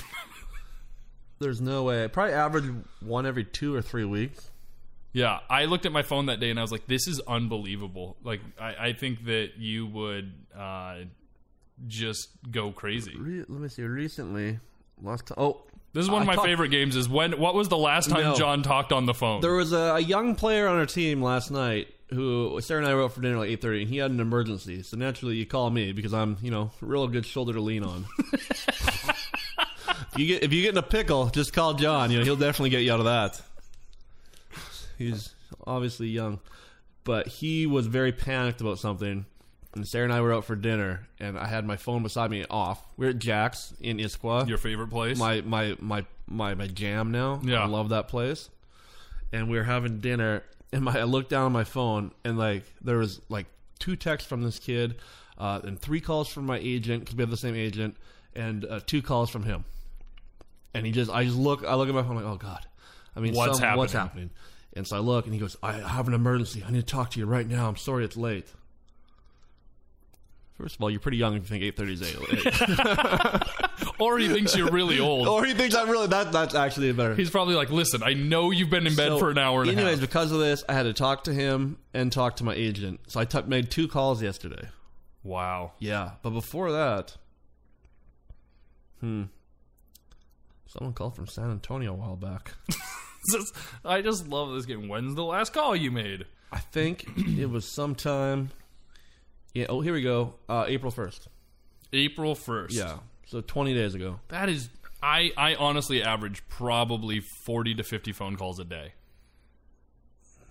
Speaker 4: there's no way. I probably average one every two or three weeks.
Speaker 2: Yeah, I looked at my phone that day and I was like, this is unbelievable. Like I, I think that you would uh, just go crazy.
Speaker 4: Re- let me see. Recently, last time. Oh,
Speaker 2: This is one of
Speaker 4: I
Speaker 2: my
Speaker 4: talk-
Speaker 2: favorite games. Is when? What was the last time
Speaker 4: No.
Speaker 2: John talked on the phone?
Speaker 4: There was a, a young player on our team last night who Sarah and I were out for dinner like eight thirty, and he had an emergency. So naturally, you call me because I'm, you know, real good shoulder to lean on. if you get if you get in a pickle, just call John. You know, he'll definitely get you out of that. He's obviously young, but he was very panicked about something. And Sarah and I were out for dinner, and I had my phone beside me off. We're at Jack's in Issaquah
Speaker 2: Your favorite place?
Speaker 4: my my my my my jam now.
Speaker 2: Yeah.
Speaker 4: I love that place. And we were having dinner, and my I looked down on my phone, and like there was like two texts from this kid, uh, and three calls from my agent because we have the same agent, and uh, two calls from him. And he just, I just look, I look at my phone, like, oh god, I mean,
Speaker 2: What's
Speaker 4: some- What's
Speaker 2: happening?
Speaker 4: happening? And so I look, and he goes, I have an emergency. I need to talk to you right now. I'm sorry it's late. First of all, you're pretty young if you think 8:30 is eight.
Speaker 2: or he thinks you're really old.
Speaker 4: or he thinks I'm really that. That's actually a better.
Speaker 2: He's probably like, listen, I know you've been in bed
Speaker 4: So,
Speaker 2: for an hour and
Speaker 4: anyways,
Speaker 2: a half.
Speaker 4: because of this, I had to talk to him and talk to my agent. So I t- made two calls yesterday.
Speaker 2: Wow.
Speaker 4: Yeah, but before that, hmm, Someone called from San Antonio a while back.
Speaker 2: Just- I just love this game. When's the last call you made?
Speaker 4: I think it was sometime. Yeah. Oh, here we go. Uh, April first.
Speaker 2: April first.
Speaker 4: Yeah. So twenty days ago.
Speaker 2: that is. I I honestly average probably forty to fifty phone calls a day.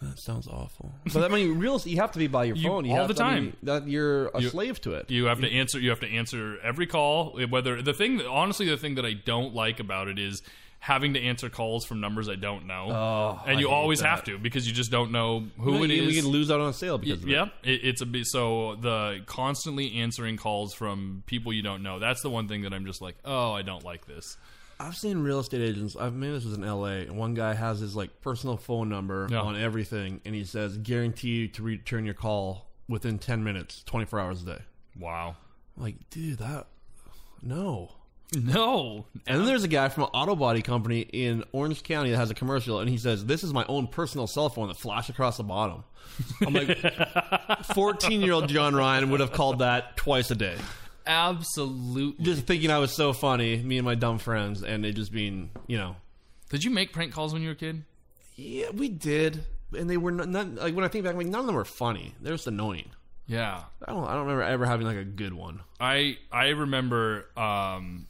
Speaker 4: That sounds awful. But I mean, real you have to be by your
Speaker 2: You-
Speaker 4: phone you
Speaker 2: all
Speaker 4: have
Speaker 2: the
Speaker 4: to be-
Speaker 2: time.
Speaker 4: that you're a
Speaker 2: You-
Speaker 4: slave to it.
Speaker 2: You have to answer. You have to answer every call. Whether the thing, that, honestly, the thing that I don't like about it is having to answer calls from numbers I don't know,
Speaker 4: Oh,
Speaker 2: and
Speaker 4: I
Speaker 2: you
Speaker 4: hate
Speaker 2: always
Speaker 4: that.
Speaker 2: have to because you just don't know who
Speaker 4: No,
Speaker 2: it
Speaker 4: you,
Speaker 2: is.
Speaker 4: you can lose out on a sale because of it.
Speaker 2: Yep, it, it's a bi- so the constantly answering calls from people you don't know. That's the one thing that I'm just like, oh, I don't like this.
Speaker 4: I've seen real estate agents. I've maybe this was in L.A. and one guy has his like personal phone number
Speaker 2: Yeah.
Speaker 4: on everything, and he says guarantee you to return your call within ten minutes, twenty four hours a day.
Speaker 2: Wow.
Speaker 4: I'm like, dude, that no.
Speaker 2: No.
Speaker 4: And then there's a guy from an auto body company in Orange County that has a commercial, and he says, "This is my own personal cell phone that flashed across the bottom." I'm like, fourteen-year-old John Ryan would have called that twice a day,
Speaker 2: Absolutely.
Speaker 4: just thinking I was so funny, me and my dumb friends, and it just being, you know,
Speaker 2: Did you make prank calls when you were a kid?
Speaker 4: yeah, we did, and they were not, not like when I think back, I'm like none of them were funny. They're just annoying.
Speaker 2: Yeah.
Speaker 4: I don't, I don't remember ever having like a good one.
Speaker 2: I I remember um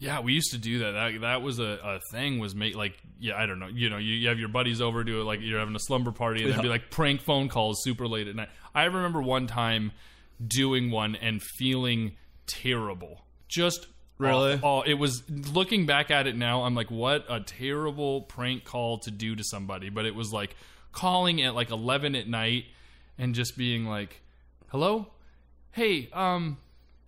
Speaker 2: yeah, we used to do that. That that was a, a thing was made like yeah, I don't know. You know, you, you have your buddies over do it like you're having a slumber party and then be like prank phone calls super late at night. I remember one time doing one and feeling terrible. Just
Speaker 4: Really?
Speaker 2: Oh, it was looking back at it now, I'm like what a terrible prank call to do to somebody, but it was like calling at like 11 at night and just being like, "Hello? Hey, um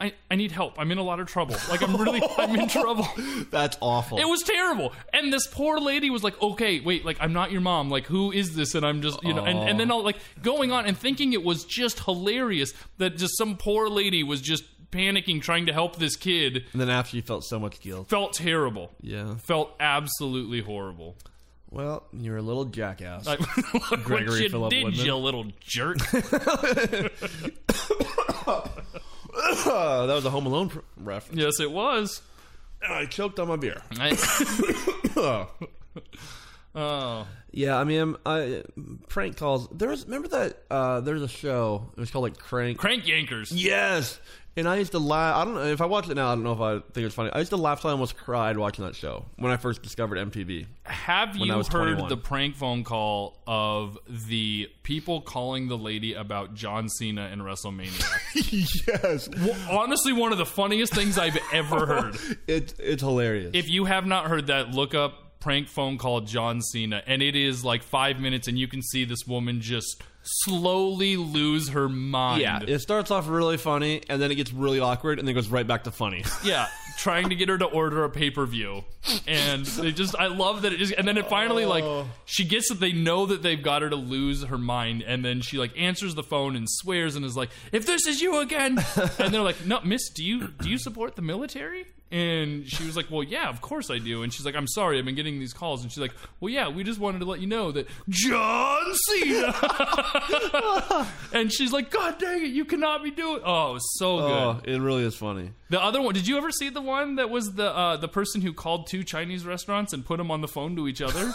Speaker 2: I, I need help. I'm in a lot of trouble. Like I'm really I'm in trouble.
Speaker 4: That's awful.
Speaker 2: It was terrible. And this poor lady was like, "Okay, wait, like I'm not your mom. Like who is this?" And I'm just, you know, and, and then all like going on and thinking it was just hilarious that just some poor lady was just panicking trying to help this kid.
Speaker 4: and then after you felt so much guilt.
Speaker 2: Felt terrible.
Speaker 4: Yeah.
Speaker 2: Felt absolutely horrible.
Speaker 4: Well, you're a little jackass.
Speaker 2: Like, look what
Speaker 4: Gregory
Speaker 2: you
Speaker 4: Philip
Speaker 2: did,
Speaker 4: Woodman.
Speaker 2: you little jerk.
Speaker 4: Uh, that was a Home Alone pr- reference.
Speaker 2: yes, it was.
Speaker 4: I choked on my beer.
Speaker 2: I- oh,
Speaker 4: Yeah, I mean, I, prank calls. There was remember that uh, there's a show. It was called like Crank.
Speaker 2: crank yankers.
Speaker 4: Yes. And I used to laugh. I don't know if I watch it now. I don't know if I think it's funny. I used to laugh till I almost cried watching that show when I first discovered MTV.
Speaker 2: Have
Speaker 4: I
Speaker 2: you heard
Speaker 4: was 21.
Speaker 2: the prank phone call of the people calling the lady about John Cena and WrestleMania?
Speaker 4: yes,
Speaker 2: Honestly, one of the funniest things I've ever heard.
Speaker 4: it's it's hilarious.
Speaker 2: If you have not heard that, look up prank phone call John Cena, and it is like five minutes, and you can see this woman just slowly lose her mind.
Speaker 4: yeah, it starts off really funny and then it gets really awkward and then it goes right back to funny.
Speaker 2: Yeah, trying to get her to order a pay per view, and they just I love that it just and then it finally like she gets that they know that they've got her to lose her mind, and then she like answers the phone and swears and is like, "If this is you again," and they're like, "No, Miss, do you do you support the military?" And she was like, "Well, yeah, of course I do." And she's like, "I'm sorry, I've been getting these calls." And she's like, "Well, yeah, we just wanted to let you know that John Cena." and she's like, "God dang it, you cannot be doing." Oh, it was so good.
Speaker 4: oh, it really is funny.
Speaker 2: The other one. Did you ever see the one that was the uh, the person who called two Chinese restaurants and put them on the phone to each other?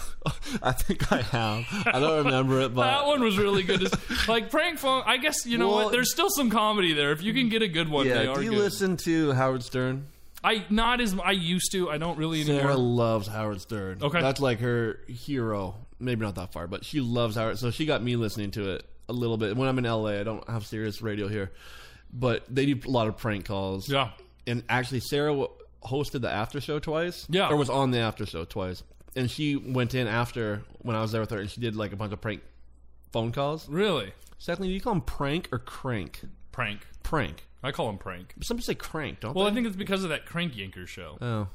Speaker 4: I think I have. I don't remember it, but
Speaker 2: that one was really good. It's like prank phone. I guess you know
Speaker 4: Uh, Well-
Speaker 2: what. There's still some comedy there. If you can get a good one, they
Speaker 4: yeah.
Speaker 2: are
Speaker 4: Do you
Speaker 2: good.
Speaker 4: listen to Howard Stern?
Speaker 2: I not as I used to. I don't really anymore.
Speaker 4: Sarah loves Howard Stern.
Speaker 2: Okay.
Speaker 4: That's like her hero. Maybe not that far, but she loves Howard. So she got me listening to it a little bit. When I'm in LA, I don't have serious radio here, but they do a lot of prank calls.
Speaker 2: Yeah.
Speaker 4: And actually, Sarah w- hosted the after show twice.
Speaker 2: Yeah.
Speaker 4: Or was on the after show twice. And she went in after when I was there with her and she did like a bunch of prank phone calls.
Speaker 2: Really,
Speaker 4: Secondly, do you call them prank or crank?
Speaker 2: prank.
Speaker 4: Prank.
Speaker 2: I call him prank.
Speaker 4: Some people say crank, don't
Speaker 2: Well,
Speaker 4: they?
Speaker 2: I think it's because of that Crank Yanker show.
Speaker 4: oh.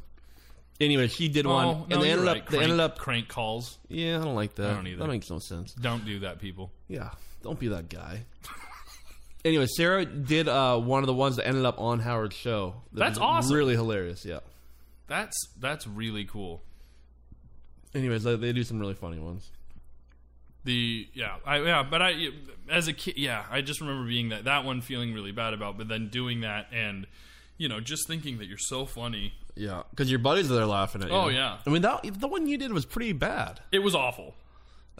Speaker 4: Anyway, she did one,
Speaker 2: Oh, no,
Speaker 4: and they
Speaker 2: you're
Speaker 4: ended
Speaker 2: right.
Speaker 4: up. They
Speaker 2: Crank,
Speaker 4: ended up.
Speaker 2: crank calls.
Speaker 4: Yeah, I don't like that.
Speaker 2: don't either.
Speaker 4: That makes no sense.
Speaker 2: Don't do that, people.
Speaker 4: Yeah, don't be that guy. anyway, Sarah did uh, one of the ones that ended up on Howard's show. That
Speaker 2: That's
Speaker 4: was
Speaker 2: awesome.
Speaker 4: Really hilarious. Yeah.
Speaker 2: That's that's really cool.
Speaker 4: Anyways, they, they do some really funny ones.
Speaker 2: the yeah I yeah but I as a kid yeah I just remember being that that one feeling really bad about but then doing that and you know, just thinking that you're so funny.
Speaker 4: Yeah, because your buddies are there laughing at you.
Speaker 2: Oh, yeah.
Speaker 4: I mean that the one you did was pretty bad.
Speaker 2: It was awful.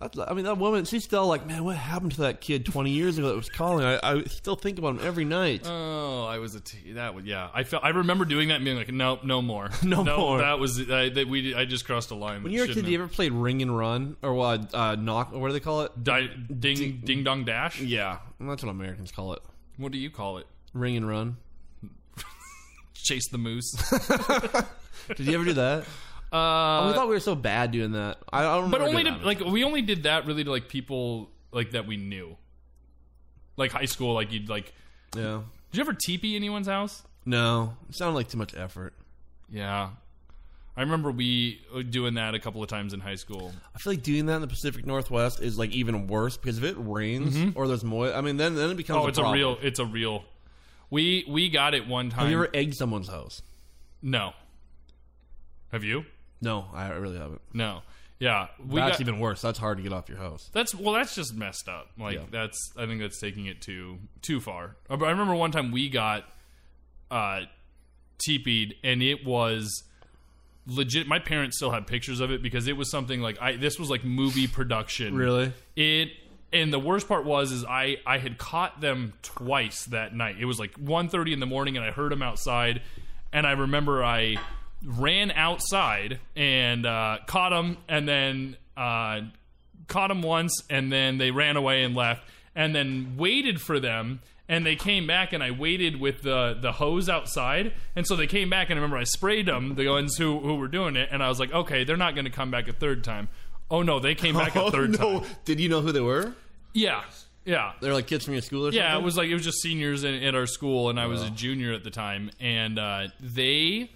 Speaker 4: That's, I mean that woman, she's still like, man, what happened to that kid 20 years ago that was calling? I, I still think about him every night.
Speaker 2: Oh, I was a t- that was yeah. I felt I remember doing that and being like, nope, no more,
Speaker 4: No more.
Speaker 2: That was I, that we I just crossed a line.
Speaker 4: when you were a kid, did you ever played Ring and Run or what? Uh, knock? What do they call it?
Speaker 2: Di- ding, ding dong dash.
Speaker 4: Yeah, that's what Americans call it.
Speaker 2: What do you call it?
Speaker 4: Ring and Run.
Speaker 2: Chase the moose.
Speaker 4: Did you ever do that?
Speaker 2: uh,
Speaker 4: Oh, we thought we were so bad doing that. I, I don't.
Speaker 2: but
Speaker 4: Remember
Speaker 2: only to
Speaker 4: doing that.
Speaker 2: like we only did that really to like people like that we knew, like high school. Like you'd like.
Speaker 4: yeah.
Speaker 2: Did you ever teepee anyone's house?
Speaker 4: No, it sounded like too much effort.
Speaker 2: Yeah, I remember we uh, doing that a couple of times in high school.
Speaker 4: I feel like doing that in the Pacific Northwest is like even worse because if it rains or there's moist, I mean, then then it becomes.
Speaker 2: Oh, it's a
Speaker 4: problem.
Speaker 2: real. It's a real. We we got it one time.
Speaker 4: Have you ever egged someone's house?
Speaker 2: No. Have you?
Speaker 4: No, I really haven't.
Speaker 2: No. Yeah, we
Speaker 4: that's
Speaker 2: got,
Speaker 4: even worse. That's hard to get off your house.
Speaker 2: that's well, that's just messed up. Like
Speaker 4: Yeah.
Speaker 2: that's I think that's taking it too too far. Uh, But I remember one time we got uh teepeed and it was legit my parents still have pictures of it because it was something like I this was like movie production.
Speaker 4: Really?
Speaker 2: It and the worst part was is I I had caught them twice that night. It was like 1:30 in the morning and I heard them outside and I remember I ran outside and uh, caught them and then uh, caught them once and then they ran away and left and then waited for them and they came back and I waited with the the hose outside and so they came back and I remember I sprayed them the ones who who were doing it and I was like okay they're not going to come back a third time. Oh no, they came back a third time.
Speaker 4: no. Did you know who they were?
Speaker 2: Yeah, yeah,
Speaker 4: They're like kids from your school or something.
Speaker 2: yeah. It was like it was just seniors in, at our school, and I was a junior at the time, and uh, they.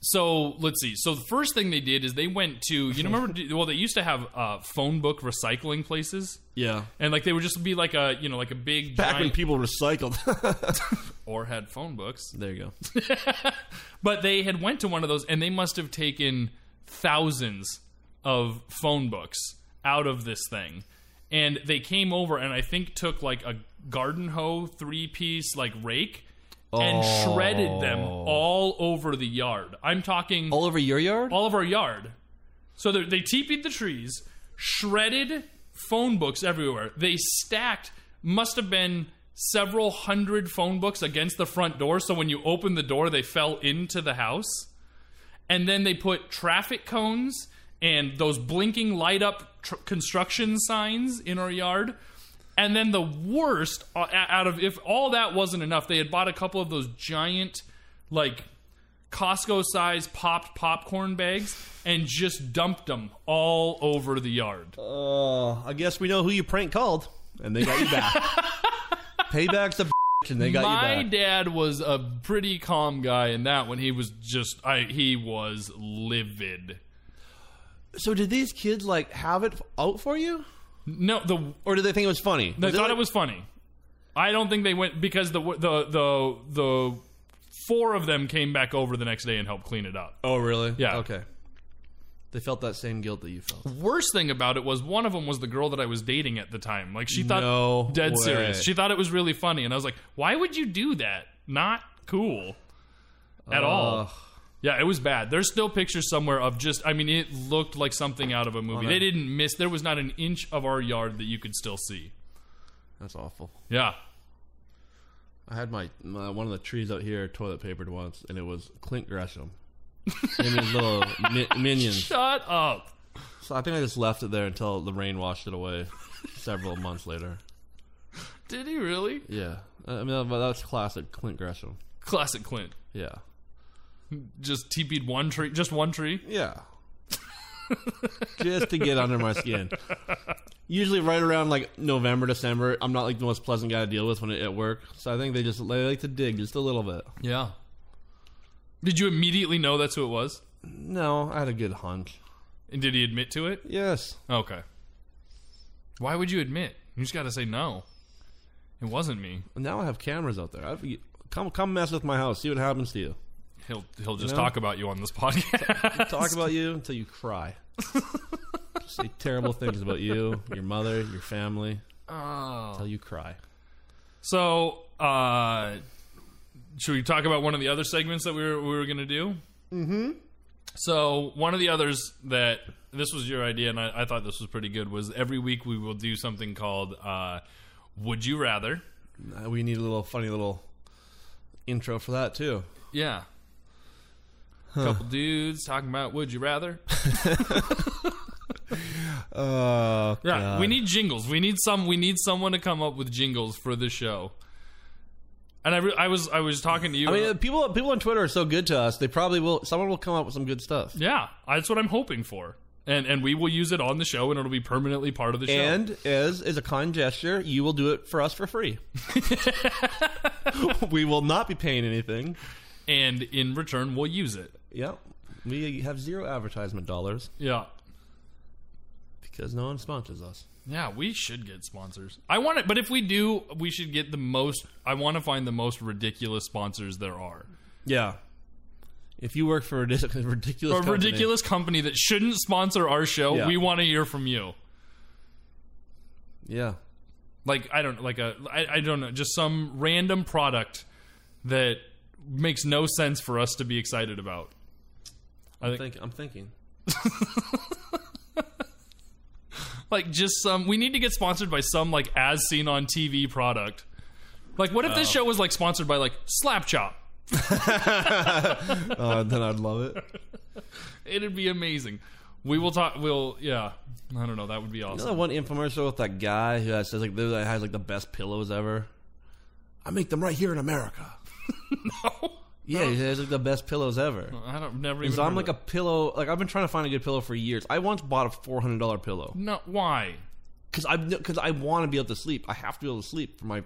Speaker 2: So let's see. So the first thing they did is they went to you know remember well they used to have uh, phone book recycling places.
Speaker 4: yeah.
Speaker 2: And like they would just be like a you know like a big
Speaker 4: Back when
Speaker 2: giant,
Speaker 4: people recycled.
Speaker 2: or had phone books,
Speaker 4: there you go.
Speaker 2: but they had went to one of those and they must have taken thousands of phone books out of this thing and they came over and i think took like a garden hoe three piece like rake and shredded them all over the yard i'm talking all,
Speaker 4: All over your yard?
Speaker 2: of our yard so they they teepeed the trees shredded phone books everywhere they stacked must have been several hundred phone books against the front door so when you opened the door they fell into the house and then they put traffic cones and those blinking light up tr- construction signs in our yard. And then the worst uh, out of if all that wasn't enough, they had bought a couple of those giant, like Costco size popped popcorn bags and just dumped them all over the yard.
Speaker 4: Oh, I guess we know who you prank called, and they got you back. Payback's a bitch, and they got
Speaker 2: My
Speaker 4: you back.
Speaker 2: dad was a pretty calm guy in that one. He was just I he was livid.
Speaker 4: so did these kids like have it out for you,
Speaker 2: No, the
Speaker 4: or did they think it was funny?
Speaker 2: They
Speaker 4: Was
Speaker 2: thought
Speaker 4: like-
Speaker 2: it was funny. I don't think they went because the the the the four of them came back over the next day and helped clean it up.
Speaker 4: Oh, really?
Speaker 2: Yeah.
Speaker 4: Okay. They felt that same guilt that you felt.
Speaker 2: Worst thing about it was one of them was the girl that I was dating at the time. Like she thought
Speaker 4: No
Speaker 2: dead
Speaker 4: way.
Speaker 2: serious. She thought it was really funny and I was like, "Why would you do that? Not cool." At all.
Speaker 4: Ugh.
Speaker 2: Yeah, it was bad. There's still pictures somewhere of just I mean, it looked like something out of a movie. They didn't miss. There was not an inch of our yard that you could still see.
Speaker 4: That's awful.
Speaker 2: Yeah.
Speaker 4: I had my, my one of the trees out here toilet papered once, and it was Clint Gresham and his little mi- minions.
Speaker 2: Shut up.
Speaker 4: So I think I just left it there until the rain washed it away several months later.
Speaker 2: Did he really?
Speaker 4: Yeah, I mean that- that's classic Clint Gresham.
Speaker 2: Classic Clint.
Speaker 4: Yeah,
Speaker 2: just TP'd one tree, just one tree.
Speaker 4: yeah. just to get under my skin. Usually, right around like November, December, I'm not like the most pleasant guy to deal with when it, at work. So I think they just they like to dig just a little bit.
Speaker 2: Yeah. Did you immediately know that's who it was?
Speaker 4: No, I had a good hunch.
Speaker 2: And did he admit to it?
Speaker 4: Yes,
Speaker 2: Okay. Why would you admit? You just got to say no. It wasn't me.
Speaker 4: Now I have cameras out there. I've, come, come mess with my house. See what happens to you.
Speaker 2: He'll he'll just
Speaker 4: know?
Speaker 2: talk about you on this podcast.
Speaker 4: Talk about you until you cry. Say terrible things about you, your mother, your family,
Speaker 2: Oh.
Speaker 4: until you cry.
Speaker 2: So, uh should we talk about one of the other segments that we were we were gonna do? Mm-hmm. So one of the others that this was your idea, and I, I thought this was pretty good. Was every week we will do something called uh, "Would You Rather."
Speaker 4: Uh, we need a little funny little intro for that too.
Speaker 2: Yeah. Couple dudes talking about "Would you rather."
Speaker 4: Uh,
Speaker 2: Yeah, we need jingles. We need some. We need someone to come up with jingles for the show. And I, re- I was I was talking to you.
Speaker 4: I mean, uh, people people on Twitter are so good to us. They probably will. Someone will come up with some good stuff.
Speaker 2: yeah, that's what I'm hoping for. And and we will use it on the show, and it'll be permanently part of the show.
Speaker 4: And as is a kind gesture, you will do it for us for free. we will not be paying anything.
Speaker 2: and in return, we'll use it.
Speaker 4: Yeah, we have zero advertisement dollars
Speaker 2: Yeah,
Speaker 4: because no one sponsors us.
Speaker 2: yeah. We should get sponsors. I want it, but if we do, we should get the most. I want to find the most ridiculous sponsors there are.
Speaker 4: Yeah. If you work for a ridic- ridiculous
Speaker 2: A
Speaker 4: company-
Speaker 2: ridiculous company that shouldn't sponsor our show.
Speaker 4: Yeah.
Speaker 2: We want to hear from you.
Speaker 4: yeah,
Speaker 2: like I don't like a I, I don't know just some random product that makes no sense for us to be excited about. I think
Speaker 4: Think- I'm thinking.
Speaker 2: like just some we need to get sponsored by some like as seen on TV product. Like what if
Speaker 4: Oh.
Speaker 2: this show was like sponsored by like Slap Chop?
Speaker 4: Uh, then I'd love it.
Speaker 2: It'd be amazing. We will talk. We'll yeah. I don't know. That would be
Speaker 4: You
Speaker 2: awesome.
Speaker 4: know that one infomercial with that guy who has, says like that has like the best pillows ever. I make them right here in America. Yeah, he has like the best pillows ever.
Speaker 2: I don't never even.
Speaker 4: Because I'm
Speaker 2: heard
Speaker 4: like
Speaker 2: of
Speaker 4: a pillow. Like I've been trying to find a good pillow for years. I once bought a four hundred dollar pillow
Speaker 2: it. no. Why?
Speaker 4: because I because I want to be able to sleep. I have to be able to sleep for my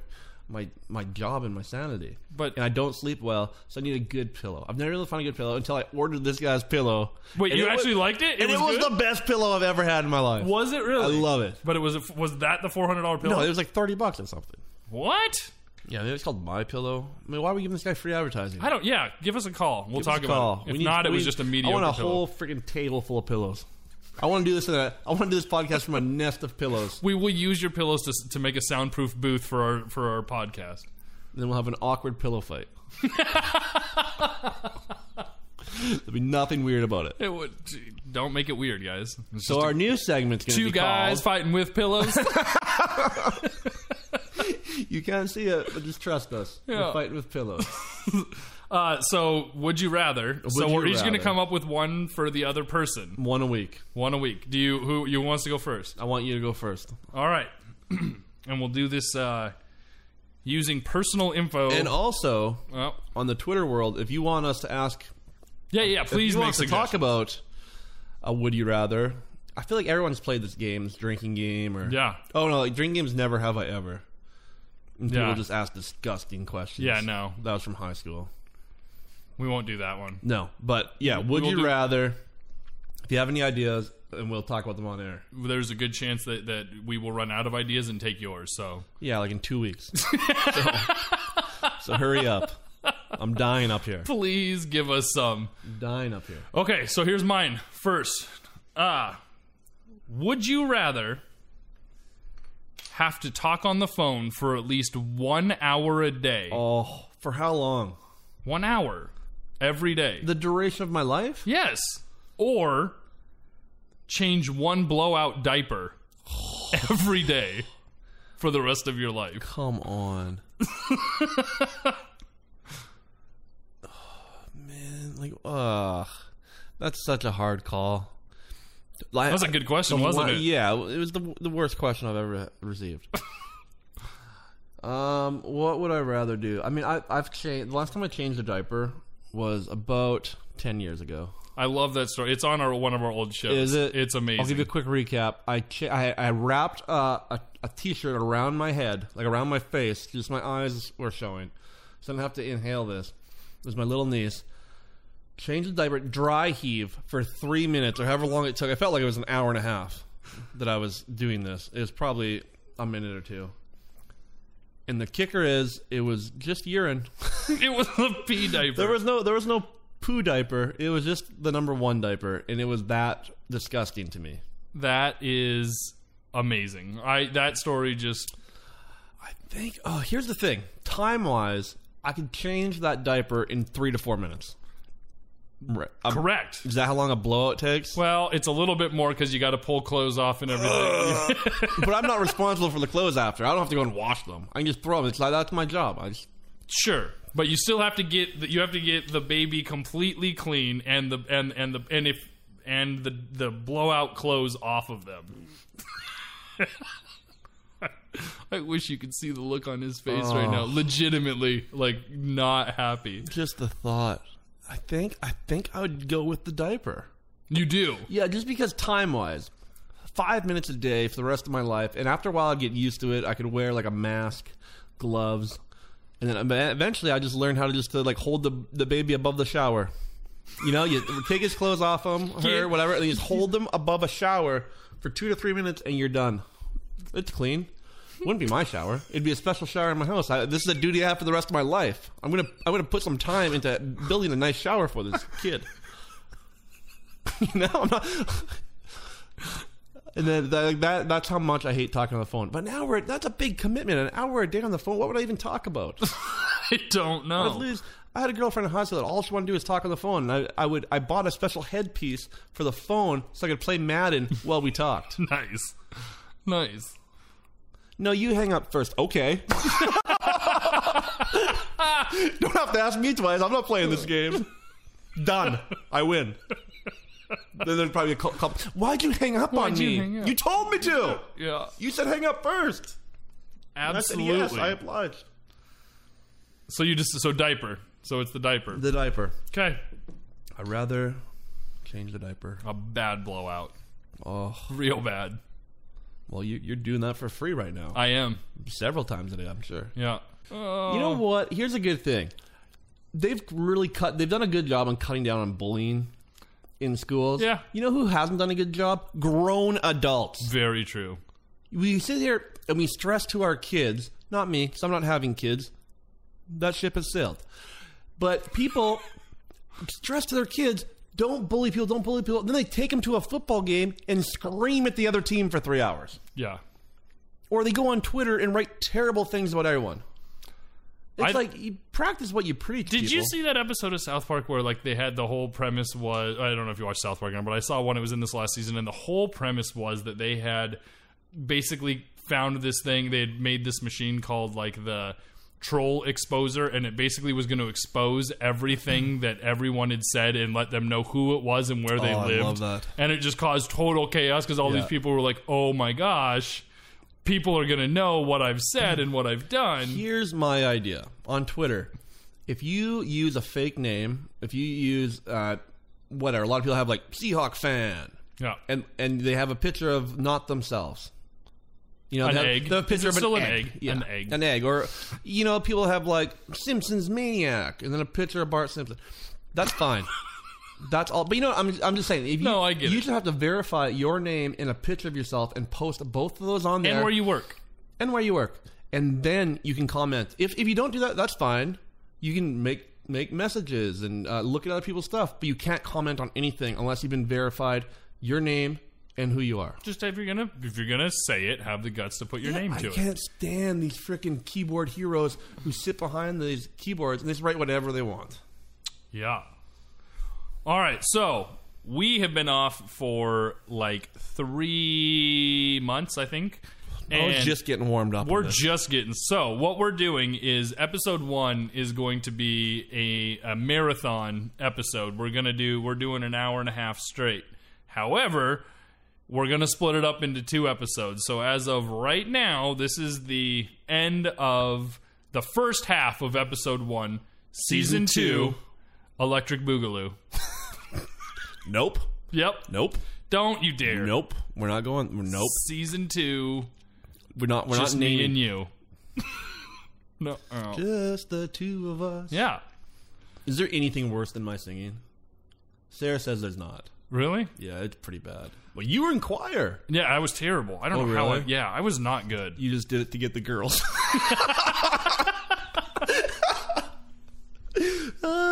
Speaker 4: my my job and my sanity.
Speaker 2: But-
Speaker 4: and I don't sleep well, so I need a good pillow. I've never really found a good pillow until I ordered this guy's pillow.
Speaker 2: Wait,
Speaker 4: And
Speaker 2: you
Speaker 4: it wa-
Speaker 2: actually liked it?
Speaker 4: and it was
Speaker 2: good?
Speaker 4: the best pillow I've ever had in my life.
Speaker 2: was it
Speaker 4: I
Speaker 2: really?
Speaker 4: love it.
Speaker 2: But it was it was that the four hundred dollar pillow?
Speaker 4: No, it was like thirty bucks or something.
Speaker 2: what?
Speaker 4: Yeah, maybe it's called My Pillow. I mean, why are we giving this guy free advertising?
Speaker 2: I don't. Yeah, give us a call. We'll
Speaker 4: Give us
Speaker 2: talk
Speaker 4: a
Speaker 2: about
Speaker 4: call.
Speaker 2: it. If
Speaker 4: We need-
Speaker 2: not, it
Speaker 4: we
Speaker 2: was
Speaker 4: need-
Speaker 2: just a mediocre.
Speaker 4: I want a
Speaker 2: pillow.
Speaker 4: whole freaking table full of pillows. I want to do this. In a, I want to do this podcast from a nest of pillows.
Speaker 2: We will use your pillows to to make a soundproof booth for our for our podcast.
Speaker 4: then we'll have an awkward pillow fight. There'll be nothing weird about it.
Speaker 2: It would, don't make it weird, guys. It's
Speaker 4: So
Speaker 2: just
Speaker 4: our new segment's going to
Speaker 2: two
Speaker 4: be
Speaker 2: guys
Speaker 4: called-
Speaker 2: fighting with pillows.
Speaker 4: You can't see it, but just trust us.
Speaker 2: Yeah.
Speaker 4: We're fighting with pillows.
Speaker 2: uh, so would you rather? so
Speaker 4: you
Speaker 2: we're each going to
Speaker 4: rather?
Speaker 2: come up with one for the other person,
Speaker 4: One a week.
Speaker 2: one a week. Do you who you wants to go first?
Speaker 4: I want you to go first.
Speaker 2: All right, and we'll do this uh, using personal info.
Speaker 4: And also
Speaker 2: Oh.
Speaker 4: on the Twitter world, if you want us to ask,
Speaker 2: yeah, yeah. Please
Speaker 4: if you
Speaker 2: make
Speaker 4: want us to talk
Speaker 2: suggestions.
Speaker 4: about a would you rather. I feel like everyone's played this game, this drinking game, or
Speaker 2: Yeah,
Speaker 4: Oh no, like drinking games never have I ever. And
Speaker 2: Yeah.
Speaker 4: People just ask disgusting questions.
Speaker 2: Yeah, no.
Speaker 4: that was from high school.
Speaker 2: we won't do that one.
Speaker 4: No, but yeah, would
Speaker 2: will
Speaker 4: you
Speaker 2: do-
Speaker 4: rather? If you have any ideas, and we'll talk about them on air.
Speaker 2: there's a good chance that, that we will run out of ideas and take yours. So
Speaker 4: Yeah, like in two weeks. so, so hurry up. I'm dying up here.
Speaker 2: please give us some.
Speaker 4: I'm dying up here.
Speaker 2: Okay, so here's mine first. Uh, would you rather have to talk on the phone for at least one hour a day?
Speaker 4: Oh, for how long?
Speaker 2: One hour every day?
Speaker 4: The duration of my life?
Speaker 2: Yes. Or change one blowout diaper every day for the rest of your life.
Speaker 4: Come on. Oh, man, like, ugh, that's such a hard call. Like,
Speaker 2: That was a good question, wasn't it?
Speaker 4: Yeah, it was the the worst question I've ever received. um, what would I rather do? I mean, I I've changed. The last time I changed a diaper was about ten years ago.
Speaker 2: I love that story. It's on our one of our old shows.
Speaker 4: Is it?
Speaker 2: It's amazing.
Speaker 4: I'll give you a quick recap. I cha- I, I wrapped uh, a a t-shirt around my head, like around my face, just my eyes were showing, so I didn't have to inhale this. It was my little niece. Changed the diaper, dry heave for three minutes or however long it took. I felt like it was an hour and a half that I was doing this. It was probably a minute or two. And the kicker is, it was just urine.
Speaker 2: It was a pee diaper.
Speaker 4: There was no there was no poo diaper. It was just the number one diaper, and it was that disgusting to me.
Speaker 2: that is amazing. I that story just
Speaker 4: think oh here's the thing time wise I could change that diaper in three to four minutes. Right. Um,
Speaker 2: Correct.
Speaker 4: Is that how long a blowout takes?
Speaker 2: Well, it's a little bit more because you got to pull clothes off and everything.
Speaker 4: but I'm not responsible for the clothes after. I don't have to go and wash them. I can just throw them. It's like that's my job. I just
Speaker 2: sure, but you still have to get the, you have to get the baby completely clean and the and and the and if and the the blowout clothes off of them. I wish you could see the look on his face right now. Legitimately, like not happy.
Speaker 4: just the thought. I think I think I would go with the diaper.
Speaker 2: You do.
Speaker 4: Yeah, just because time wise, five minutes a day for the rest of my life, and after a while I'd get used to it. I could wear like a mask, gloves, and then ev- eventually I just learned how to just to like hold the the baby above the shower. You know, you take his clothes off him,
Speaker 2: Yeah.
Speaker 4: her, whatever, and you just hold them above a shower for two to three minutes, and you're done. It's clean. Wouldn't be my shower. It'd be a special shower in my house. I, this is a duty I have for the rest of my life. I'm gonna I'm gonna put some time into building a nice shower for this kid. you know, I'm not. And then that, that that's how much I hate talking on the phone. But now we're that's a big commitment. An hour a day on the phone. What would I even talk about?
Speaker 2: I don't know.
Speaker 4: I'd lose- I had a girlfriend in high school that all she wanted to do was talk on the phone. And I, I would I bought a special headpiece for the phone so I could play Madden while we talked.
Speaker 2: Nice, nice.
Speaker 4: No, you hang up first. Okay. Don't have to ask me twice. I'm not playing this game. Done. I win. Then there's probably a cou- couple. Why'd you hang up on
Speaker 2: Why'd you
Speaker 4: me?
Speaker 2: hang up?
Speaker 4: You told me to.
Speaker 2: Yeah,
Speaker 4: You said hang up first. I said
Speaker 2: absolutely.
Speaker 4: yes. I obliged.
Speaker 2: So you just so diaper. So it's the diaper.
Speaker 4: The diaper.
Speaker 2: Okay.
Speaker 4: I'd rather change the diaper.
Speaker 2: A bad blowout.
Speaker 4: Oh,
Speaker 2: Real bad.
Speaker 4: well, you, you're doing that for free right now.
Speaker 2: I am.
Speaker 4: Several times a day, I'm sure.
Speaker 2: Yeah.
Speaker 4: You
Speaker 2: Oh.
Speaker 4: know what? Here's a good thing. They've really cut. They've done a good job on cutting down on bullying in schools.
Speaker 2: Yeah.
Speaker 4: You know who hasn't done a good job? Grown adults.
Speaker 2: Very true.
Speaker 4: We sit here and we stress to our kids. Not me, because I'm not having kids. That ship has sailed. But people stress to their kids. Don't bully people. Don't bully people. Then they take them to a football game and scream at the other team for three hours
Speaker 2: Yeah.
Speaker 4: or they go on Twitter and write terrible things about everyone. It's
Speaker 2: I-
Speaker 4: like you practice what you preach.
Speaker 2: Did you
Speaker 4: people.
Speaker 2: see that episode of South Park where like they had the whole premise was I don't know if you watched South Park, but I saw one. It was in this last season, and the whole premise was that they had basically found this thing. They had made this machine called like the troll exposer, and it basically was going to expose everything that everyone had said and let them know who it was and where they
Speaker 4: Hmm. Oh, I
Speaker 2: lived.
Speaker 4: love that.
Speaker 2: And it just caused total chaos because all
Speaker 4: Yeah.
Speaker 2: these people were like, "Oh my gosh." People are going to know what I've said and what I've done.
Speaker 4: Here's my idea on Twitter: if you use a fake name, if you use uh, whatever, a lot of people have like Seahawk fan,
Speaker 2: Yeah.
Speaker 4: and and they have a picture of not themselves. You know,
Speaker 2: An
Speaker 4: they have,
Speaker 2: egg.
Speaker 4: They have a picture
Speaker 2: Is it
Speaker 4: of
Speaker 2: still
Speaker 4: an
Speaker 2: an
Speaker 4: egg.
Speaker 2: egg? An egg.
Speaker 4: An egg. Or you know, people have like Simpsons maniac, and then a picture of Bart Simpson. That's fine. That's all. But you know, I'm I'm just saying. If you,
Speaker 2: No, I get
Speaker 4: You
Speaker 2: it.
Speaker 4: just have to verify your name in a picture of yourself and post both of those on there
Speaker 2: And where you work.
Speaker 4: and where you work, and then you can comment. If if you don't do that, that's fine. You can make make messages and uh, look at other people's stuff, but you can't comment on anything unless you've been verified your name and who you are.
Speaker 2: just if you're gonna if you're gonna say it, have the guts to put your name
Speaker 4: I
Speaker 2: to it.
Speaker 4: can't stand these freaking keyboard heroes who sit behind these keyboards and just write whatever they want.
Speaker 2: Yeah. All right, so we have been off for like three months, I think.
Speaker 4: I was
Speaker 2: And
Speaker 4: just getting warmed up.
Speaker 2: we're
Speaker 4: on this.
Speaker 2: just getting so what we're doing is episode one is going to be a, a marathon episode. We're gonna do we're doing an hour and a half straight. However, we're going to split it up into two episodes. So as of right now, this is the end of the first half of episode one, season,
Speaker 4: Season
Speaker 2: two,
Speaker 4: two.
Speaker 2: Electric Boogaloo.
Speaker 4: nope,
Speaker 2: Yep.
Speaker 4: nope,
Speaker 2: Don't you dare.
Speaker 4: nope. We're not going. We're, nope.
Speaker 2: Season two,
Speaker 4: We're not. We're
Speaker 2: just
Speaker 4: not
Speaker 2: me and you.
Speaker 4: naming.
Speaker 2: no. oh.
Speaker 4: Just the two of us.
Speaker 2: Yeah.
Speaker 4: Is there anything worse than my singing? Sarah says there's not.
Speaker 2: Really?
Speaker 4: Yeah, it's pretty bad. Well, you were in choir.
Speaker 2: Yeah, I was terrible. I don't
Speaker 4: Oh,
Speaker 2: know how. I,
Speaker 4: really?
Speaker 2: yeah, I was not good.
Speaker 4: You just did it to get the girls.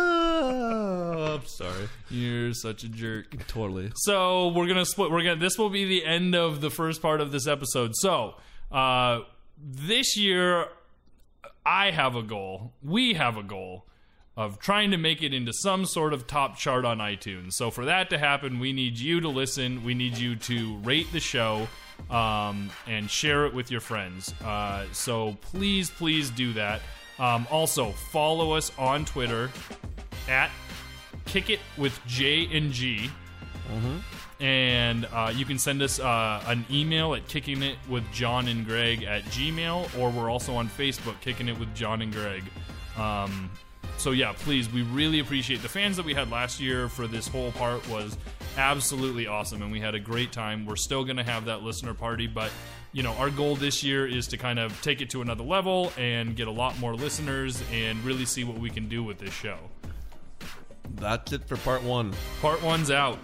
Speaker 4: oh, I'm sorry.
Speaker 2: You're such a jerk.
Speaker 4: Totally.
Speaker 2: So we're gonna split. We're gonna. This will be the end of the first part of this episode. So uh, this year, I have a goal, we have a goal of trying to make it into some sort of top chart on iTunes. So for that to happen, we need you to listen. We need you to rate the show um, and share it with your friends. Uh, so please, please do that. Um, also, follow us on Twitter at Kick It With J and G. And uh, you can send us uh, an email at kicking it with John and Greg at Gmail, or we're also on Facebook, kicking it with John and Greg. Um, so yeah, please, we really appreciate the fans that we had last year for this whole part was absolutely awesome, and we had a great time. We're still gonna have that listener party, but you know, our goal this year is to kind of take it to another level and get a lot more listeners and really see what we can do with this show.
Speaker 4: That's it for part one.
Speaker 2: Part one's out.